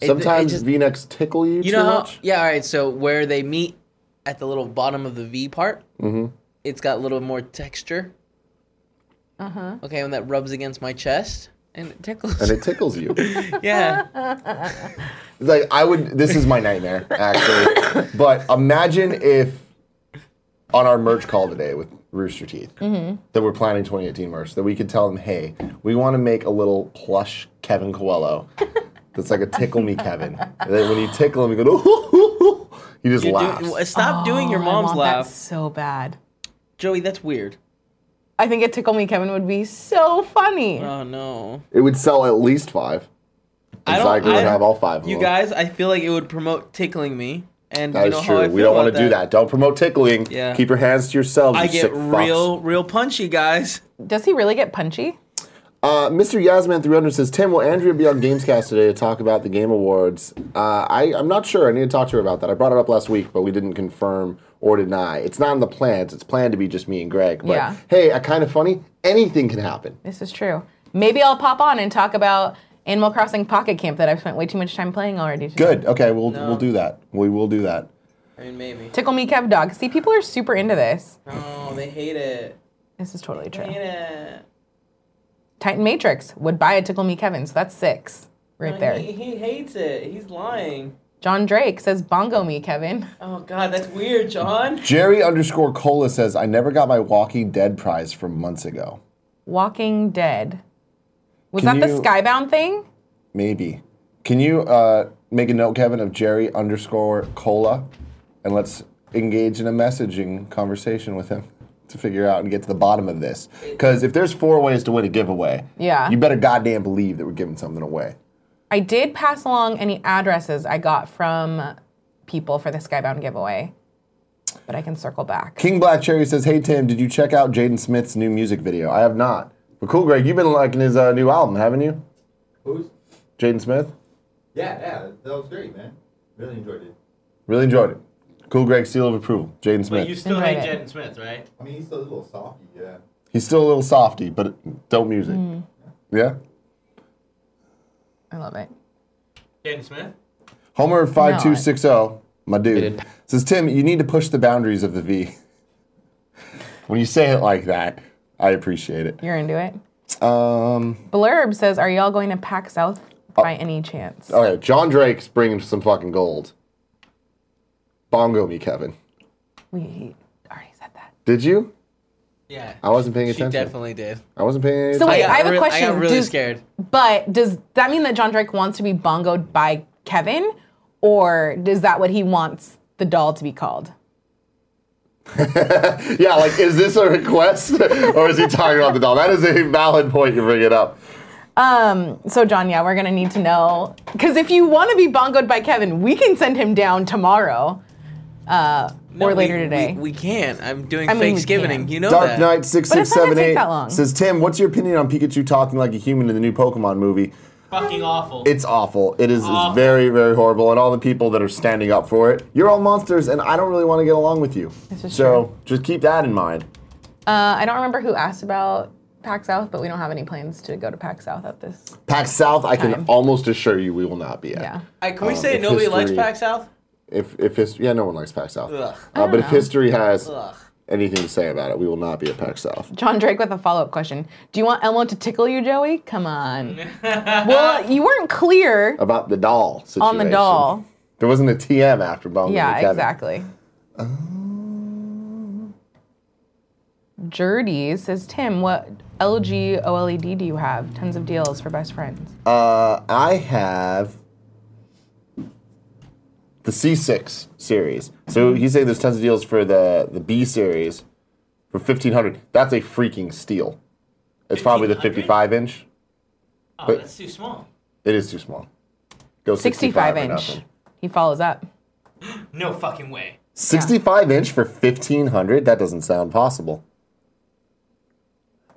Speaker 2: it-
Speaker 3: Sometimes
Speaker 2: it just-
Speaker 3: V-necks tickle you,
Speaker 2: you
Speaker 3: too
Speaker 2: know how?
Speaker 3: much.
Speaker 2: Yeah. All right. So where they meet at the little bottom of the V part,
Speaker 3: Mm-hmm.
Speaker 2: it's got a little more texture.
Speaker 4: Uh huh.
Speaker 2: Okay, when that rubs against my chest and it
Speaker 4: Oh,
Speaker 2: tickles.
Speaker 3: And it tickles you.
Speaker 2: yeah.
Speaker 3: like I would. This is my nightmare, actually. but imagine if on our merch call today with Rooster Teeth
Speaker 4: Mm-hmm.
Speaker 3: that we're planning 2018 merch, that we could tell them, hey, we want to make a little plush Kevin Coelho. That's like a tickle me Kevin. And then when you tickle him, you go, oh, he just
Speaker 2: You're doing-
Speaker 3: laughs.
Speaker 2: w- stop doing your
Speaker 4: Ah. Oh,
Speaker 2: mom's
Speaker 4: I want
Speaker 2: laugh,
Speaker 4: That so bad.
Speaker 2: Joey. That's weird.
Speaker 4: I think a tickle me Kevin would be so funny.
Speaker 2: Oh no.
Speaker 3: it would sell at least five.
Speaker 2: I
Speaker 3: And
Speaker 2: don't-
Speaker 3: Zyger would
Speaker 2: I-
Speaker 3: have all five of
Speaker 2: You
Speaker 3: them.
Speaker 2: guys, I feel like it would promote tickling me, and
Speaker 3: That
Speaker 2: you
Speaker 3: is
Speaker 2: know how I
Speaker 3: true.
Speaker 2: feel
Speaker 3: We don't
Speaker 2: about
Speaker 3: want to do that. Don't promote tickling.
Speaker 2: Yeah.
Speaker 3: Keep your hands to yourselves.
Speaker 2: I
Speaker 3: you
Speaker 2: get
Speaker 3: sick fucks.
Speaker 2: real, real punchy, guys.
Speaker 4: Does he really get punchy?
Speaker 3: Uh, Mr. Yasman300 says, Tim, will Andrea be on Gamescast today to talk about the Game Awards? Uh, I, I'm not sure. I need to talk to her about that. I brought it up last week, but we didn't confirm or deny. It's not in the plans. It's planned to be just me and Greg. But
Speaker 4: Yeah.
Speaker 3: hey, I kind of funny. Anything can happen.
Speaker 4: This is true. Maybe I'll pop on and talk about Animal Crossing Pocket Camp that I've spent way too much time playing already. Today.
Speaker 3: Good. Okay, we'll,
Speaker 2: No.
Speaker 3: we'll do that. We will do that.
Speaker 2: I mean, maybe.
Speaker 4: Tickle me Kev dog. See, people are super into this.
Speaker 2: No, Oh, they hate it.
Speaker 4: This is totally
Speaker 2: They
Speaker 4: true.
Speaker 2: hate it.
Speaker 4: Titan Matrix would buy a Tickle Me Kevin, so that's six right
Speaker 2: No, He,
Speaker 4: there.
Speaker 2: he hates it. He's lying.
Speaker 4: John Drake says Bongo Me Kevin.
Speaker 2: Oh God, that's weird, John.
Speaker 3: Jerry underscore Cola says, I never got my Walking Dead prize from months ago.
Speaker 4: Walking Dead. Was
Speaker 3: Can
Speaker 4: that the
Speaker 3: you-
Speaker 4: Skybound thing?
Speaker 3: Maybe. Can you uh, make a note, Kevin, of Jerry underscore Cola, and let's engage in a messaging conversation with him to figure out and get to the bottom of this. Because if there's four ways to win a giveaway,
Speaker 4: Yeah.
Speaker 3: you better goddamn believe that we're giving something away.
Speaker 4: I did pass along any addresses I got from people for the Skybound giveaway, but I can circle back.
Speaker 3: King Black Cherry says, "Hey Tim, did you check out Jaden Smith's new music video? I have not. But cool, Greg, you've been liking his uh, new album, haven't you?
Speaker 12: Who's?
Speaker 3: Jaden Smith,
Speaker 12: Yeah, yeah, that was great, man. Really enjoyed it.
Speaker 3: really enjoyed it. Cool, Greg, seal of approval. Jaden Smith.
Speaker 6: But you still hate Jaden Smith, right?
Speaker 12: I mean, he's still a little softy, yeah.
Speaker 3: He's still a little softy, but dope music. Yeah.
Speaker 4: I love it.
Speaker 6: Jaden Smith?
Speaker 3: Homer five two six zero, my dude,
Speaker 6: It-
Speaker 3: says Tim, you need to push the boundaries of the V. when you say it like that, I appreciate it.
Speaker 4: You're into it.
Speaker 3: Um,
Speaker 4: Blurb says, Are y'all going to Pack South
Speaker 2: Oh.
Speaker 4: by any chance?
Speaker 3: okay, John Drake's bringing some fucking gold. Bongo me, Kevin.
Speaker 4: We already said that.
Speaker 3: Did you?
Speaker 2: Yeah.
Speaker 3: I wasn't paying
Speaker 2: She
Speaker 3: attention.
Speaker 2: definitely did.
Speaker 3: I wasn't paying attention.
Speaker 4: So wait,
Speaker 2: got
Speaker 4: I have a
Speaker 2: re- I
Speaker 4: question.
Speaker 2: got really
Speaker 4: Does-
Speaker 2: scared.
Speaker 4: But does that mean that John Drake wants to be bongoed by Kevin? Or is that what he wants the doll to be called?
Speaker 3: yeah, like, is this a request or is he talking about the doll? That is a valid point you bring it up.
Speaker 4: Um, so John, yeah, we're gonna need to know. Cause if you wanna be bongoed by Kevin, we can send him down tomorrow. uh,
Speaker 2: No,
Speaker 4: or
Speaker 2: we-
Speaker 4: later
Speaker 2: we-
Speaker 4: today.
Speaker 2: We can't. I'm doing
Speaker 4: I mean, we
Speaker 2: Thanksgiving.
Speaker 4: can.
Speaker 2: You know
Speaker 3: Dark
Speaker 2: that.
Speaker 3: Knight six
Speaker 4: But
Speaker 3: six
Speaker 4: it's not gonna
Speaker 3: seven
Speaker 4: take
Speaker 3: eight
Speaker 4: that long.
Speaker 3: says Tim, what's your opinion on Pikachu talking like a human in the new Pokemon movie?
Speaker 6: Fucking awful.
Speaker 3: It's awful. It is it's
Speaker 6: Awful.
Speaker 3: very very horrible, and all the people that are standing up for it, you're all monsters, and I don't really want to get along with you.
Speaker 4: This is
Speaker 3: so just keep that in mind.
Speaker 4: Uh, I don't remember who asked about Pack South, but we don't have any plans to go to Pack South at this.
Speaker 3: Pack South, I can almost assure you we will not be at.
Speaker 4: Yeah.
Speaker 2: I, can we
Speaker 3: Um,
Speaker 2: say
Speaker 3: if
Speaker 2: nobody likes
Speaker 3: history-
Speaker 2: Pack South?
Speaker 3: If if history, yeah, no one likes Pack South.
Speaker 2: Ugh.
Speaker 4: I
Speaker 3: Uh,
Speaker 4: don't
Speaker 3: but if
Speaker 4: know.
Speaker 3: history has
Speaker 4: Ugh.
Speaker 3: anything to say about it, we will not be at Pack South.
Speaker 4: John Drake with a follow up question. Do you want Elmo to tickle you, Joey? Come on. well, you weren't clear
Speaker 3: About the doll situation.
Speaker 4: on the doll.
Speaker 3: There wasn't a TM after Bone. in the
Speaker 4: yeah,
Speaker 3: Cabin.
Speaker 4: exactly. Jerdy says, Tim, what LG OLED E do you have? Tons of deals for best friends.
Speaker 3: Uh, I have the C6 series. So he's saying there's tons of deals for the, the B series for 1500 That's a freaking steal. It's probably the 55 inch.
Speaker 6: Oh,
Speaker 3: But-
Speaker 6: that's too small.
Speaker 3: It is too small. Go
Speaker 4: 65,
Speaker 3: 65, or
Speaker 4: inch.
Speaker 3: nothing.
Speaker 4: He follows up.
Speaker 6: No fucking way.
Speaker 3: 65 inch for 1500 That doesn't sound possible.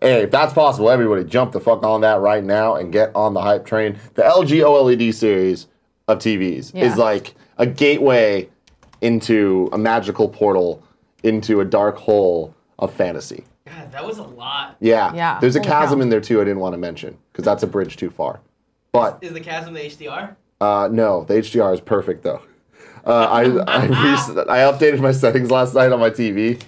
Speaker 3: Hey, if that's possible, everybody jump the fuck on that right now and get on the hype train. The LG OLED E series of TVs
Speaker 4: Yeah.
Speaker 3: is like a gateway into a magical portal into a dark hole of fantasy.
Speaker 6: God, that was a lot.
Speaker 3: Yeah.
Speaker 6: Yeah,
Speaker 3: There's a
Speaker 6: holy
Speaker 3: chasm
Speaker 6: cow.
Speaker 3: in there too I didn't want to mention because that's a bridge too far. But
Speaker 6: Is the chasm the HDR?
Speaker 3: uh, no, the HDR is perfect though. Uh, I I, re- I updated my settings last night on my TV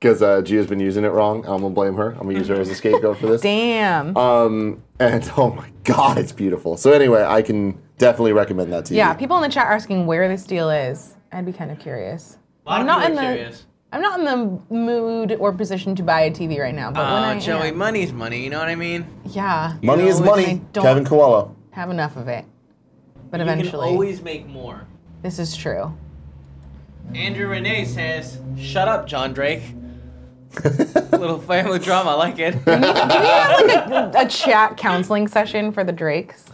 Speaker 3: because uh, Gia's been using it wrong. I'm gonna blame her. I'm gonna use her
Speaker 4: Mm-hmm.
Speaker 3: as a scapegoat for this.
Speaker 4: Damn.
Speaker 3: Um, and oh my god, it's beautiful. So anyway, I can definitely recommend that to
Speaker 4: Yeah,
Speaker 3: you.
Speaker 4: people in the chat are asking where this deal is. I'd be kind of curious.
Speaker 6: A lot
Speaker 4: I'm
Speaker 6: of
Speaker 4: not in
Speaker 6: people
Speaker 4: the
Speaker 6: are curious.
Speaker 4: I'm not in the mood or position to buy a TV right now, but
Speaker 6: Ah,
Speaker 4: when
Speaker 2: Uh,
Speaker 4: I
Speaker 2: Joey,
Speaker 4: am,
Speaker 2: money's money. You know what I mean?
Speaker 4: yeah,
Speaker 3: Money
Speaker 4: you
Speaker 3: is
Speaker 4: know, when
Speaker 3: money.
Speaker 4: I don't
Speaker 3: Kevin Koala.
Speaker 4: have enough of it, but
Speaker 6: You can
Speaker 4: eventually,
Speaker 6: always make more.
Speaker 4: this is true.
Speaker 6: Andrew Renee says,
Speaker 2: Shut up, John Drake. Little family drama. I like it.
Speaker 4: Like a, a chat counseling session for the Drakes.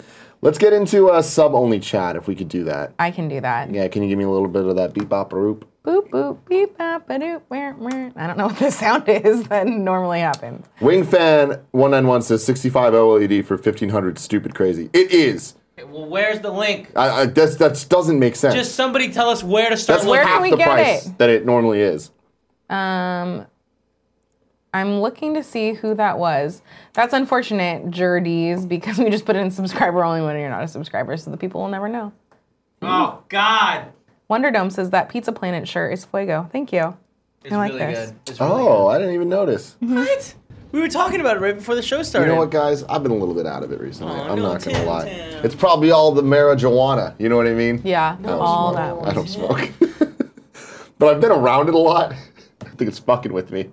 Speaker 3: Let's get into uh, sub only chat if we could do that.
Speaker 4: I can do that.
Speaker 3: Yeah, can you give me a little bit of that beep bop roop?
Speaker 4: Boop boop beep bop ba doop where where. I don't know what the sound is that normally happens.
Speaker 3: Wingfan191 says 65 OLED E for 1500 stupid crazy. It is.
Speaker 2: well, where's the link?
Speaker 3: I, I, that's, that doesn't make sense.
Speaker 2: Just somebody tell us where to start
Speaker 3: That's
Speaker 2: looking.
Speaker 3: half the price that it normally is.
Speaker 4: Um, I'm looking to see who that was. That's unfortunate, Jerdies, because we just put in subscriber only when you're not a subscriber, so the people will never know.
Speaker 6: "Oh God,
Speaker 4: Wonderdome says that Pizza Planet shirt is Fuego. Thank you. I like this.
Speaker 3: oh, I didn't even notice.
Speaker 2: What? We were talking about it right before the show
Speaker 3: You
Speaker 2: started.
Speaker 3: know what, guys? I've been a little bit out of it recently. I'm
Speaker 2: no,
Speaker 3: not gonna lie. It's probably all the marijuana. You know what I mean?
Speaker 4: Yeah,
Speaker 3: I don't
Speaker 4: all
Speaker 3: smoke.
Speaker 4: that
Speaker 3: I don't smoke. but I've been around it a lot. I think it's fucking with me.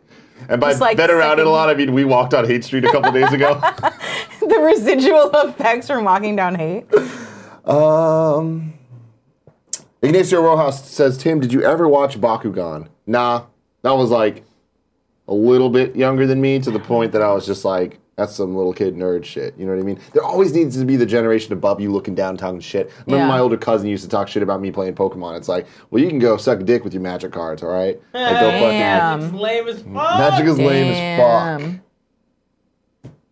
Speaker 3: And by
Speaker 4: Just like
Speaker 3: been around it a
Speaker 4: second-
Speaker 3: lot, I mean we walked on Hate Street a couple days ago.
Speaker 4: the residual effects from walking down hate.
Speaker 3: Um, Ignacio Rojas says, Tim, did you ever watch Bakugan? Nah, that was like a little bit younger than me to the point that I was just like, that's some little kid nerd shit. You know what I mean? There always needs to be the generation above you looking down talking shit. I remember
Speaker 13: Yeah.
Speaker 3: my older cousin used to talk shit about me playing Pokemon. It's like, well, you can go suck dick with your magic cards, all right? Like, go fucking-
Speaker 4: Oh.
Speaker 6: It's
Speaker 4: Um,
Speaker 6: lame as fuck.
Speaker 3: Magic is lame as fuck.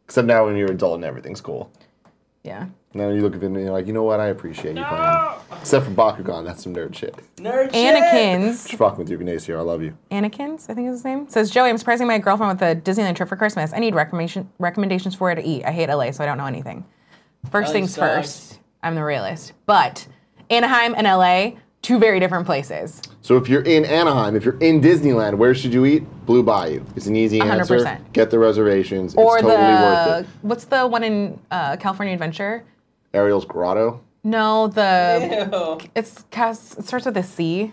Speaker 3: Except now when you're an adult and everything's cool.
Speaker 4: Yeah.
Speaker 3: Now you look at it and you're like, you know what? I appreciate you playing. Except for Bakugan, that's some nerd shit.
Speaker 2: Nerd
Speaker 4: Anakin's.
Speaker 3: Just fucking with you, Ignacio. I love you.
Speaker 4: Anakin's, I think is his name. Says Joey, I'm surprising my girlfriend with a Disneyland trip for Christmas. I need recommendation recommendations for where to eat. I hate LA, so I don't know anything. First
Speaker 2: LA
Speaker 4: things
Speaker 2: sucks.
Speaker 4: first, I'm the realist. But Anaheim and LA, two very different places.
Speaker 3: So if you're in Anaheim, if you're in Disneyland, where should you eat? Blue Bayou. It's an easy answer.
Speaker 4: 100%.
Speaker 3: Get the reservations.
Speaker 4: or
Speaker 3: it's totally
Speaker 4: the
Speaker 3: worth it.
Speaker 4: what's the one in uh, California Adventure?
Speaker 3: Ariel's Grotto.
Speaker 4: No, the it's cast it starts with a C.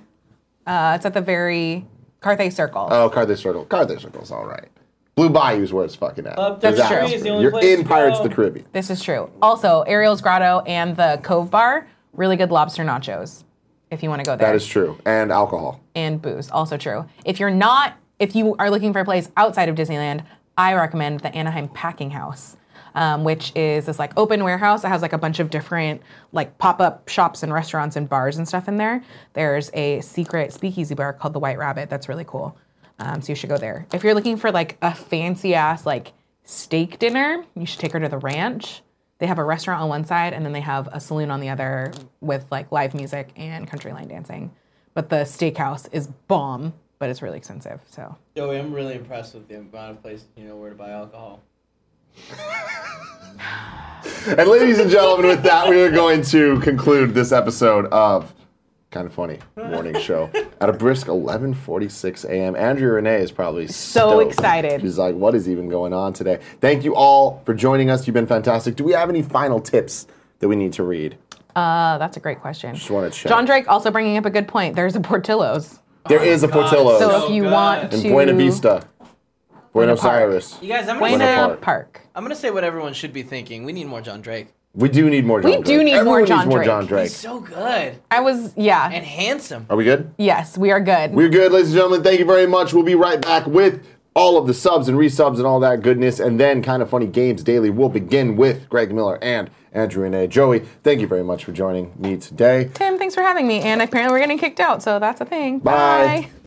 Speaker 4: Uh, it's at the very Carthay Circle.
Speaker 3: Oh, Carthay Circle. Carthay Circle's all right. Blue Bayou's where it's fucking at.
Speaker 4: Club That's
Speaker 3: Disaster.
Speaker 4: true. is the only
Speaker 3: You're
Speaker 4: place
Speaker 3: in
Speaker 4: to
Speaker 3: Pirates
Speaker 4: go.
Speaker 3: of the Caribbean.
Speaker 4: This is true. Also, Ariel's Grotto and the Cove Bar, really good lobster nachos if you want to go there.
Speaker 3: That is true. And alcohol.
Speaker 4: And booze, also true. If you're not, if you are looking for a place outside of Disneyland, I recommend the Anaheim Packing House. um, which is this like open warehouse that has like a bunch of different like pop-up shops and restaurants and bars and stuff in there. There's a secret speakeasy bar called the White Rabbit that's really cool. Um, so you should go there. If you're looking for like a fancy ass like steak dinner, you should take her to the ranch. They have a restaurant on one side and then they have a saloon on the other with like live music and country line dancing. But the steakhouse is bomb, but it's really expensive. So
Speaker 2: Joey, I'm really impressed with the amount of places you know where to buy alcohol.
Speaker 3: And ladies and gentlemen, with that, we are going to conclude this episode of Kind of Funny Morning Show at a brisk 11:46 a.m. Andrea Renee is probably
Speaker 4: So
Speaker 3: stoked.
Speaker 4: excited.
Speaker 3: She's like, "What is even going on today?" Thank you all for joining us. You've been fantastic. Do we have any final tips that we need to read?
Speaker 4: uh, that's a great question.
Speaker 3: Just want to check.
Speaker 4: John Drake also bringing up a good point. There's a Portillo's.
Speaker 3: There is a Portillo's.
Speaker 4: So if you want
Speaker 3: in
Speaker 4: to
Speaker 3: Buena Vista, Buenos
Speaker 2: Park.
Speaker 3: Aires.
Speaker 2: You guys, I'm
Speaker 3: Buena
Speaker 2: gonna say-
Speaker 3: Park.
Speaker 2: I'm gonna say what everyone should be thinking. We need more John Drake.
Speaker 3: We do need more John
Speaker 4: We
Speaker 3: Drake.
Speaker 4: do need more
Speaker 3: Everyone
Speaker 4: John
Speaker 3: needs more
Speaker 4: Drake.
Speaker 3: John Drake.
Speaker 2: He's so good
Speaker 4: I was yeah.
Speaker 2: and handsome.
Speaker 3: Are we good?
Speaker 4: Yes, we are good.
Speaker 3: We're good, ladies and gentlemen. Thank you very much. We'll be right back with all of the subs and resubs and all that goodness. And then kind of funny games daily. We'll begin with Greg Miller and Andrew Renee. Joey, thank you very much for joining me today.
Speaker 4: Tim, thanks for having me. And apparently we're getting kicked out, so that's a thing.
Speaker 3: Bye.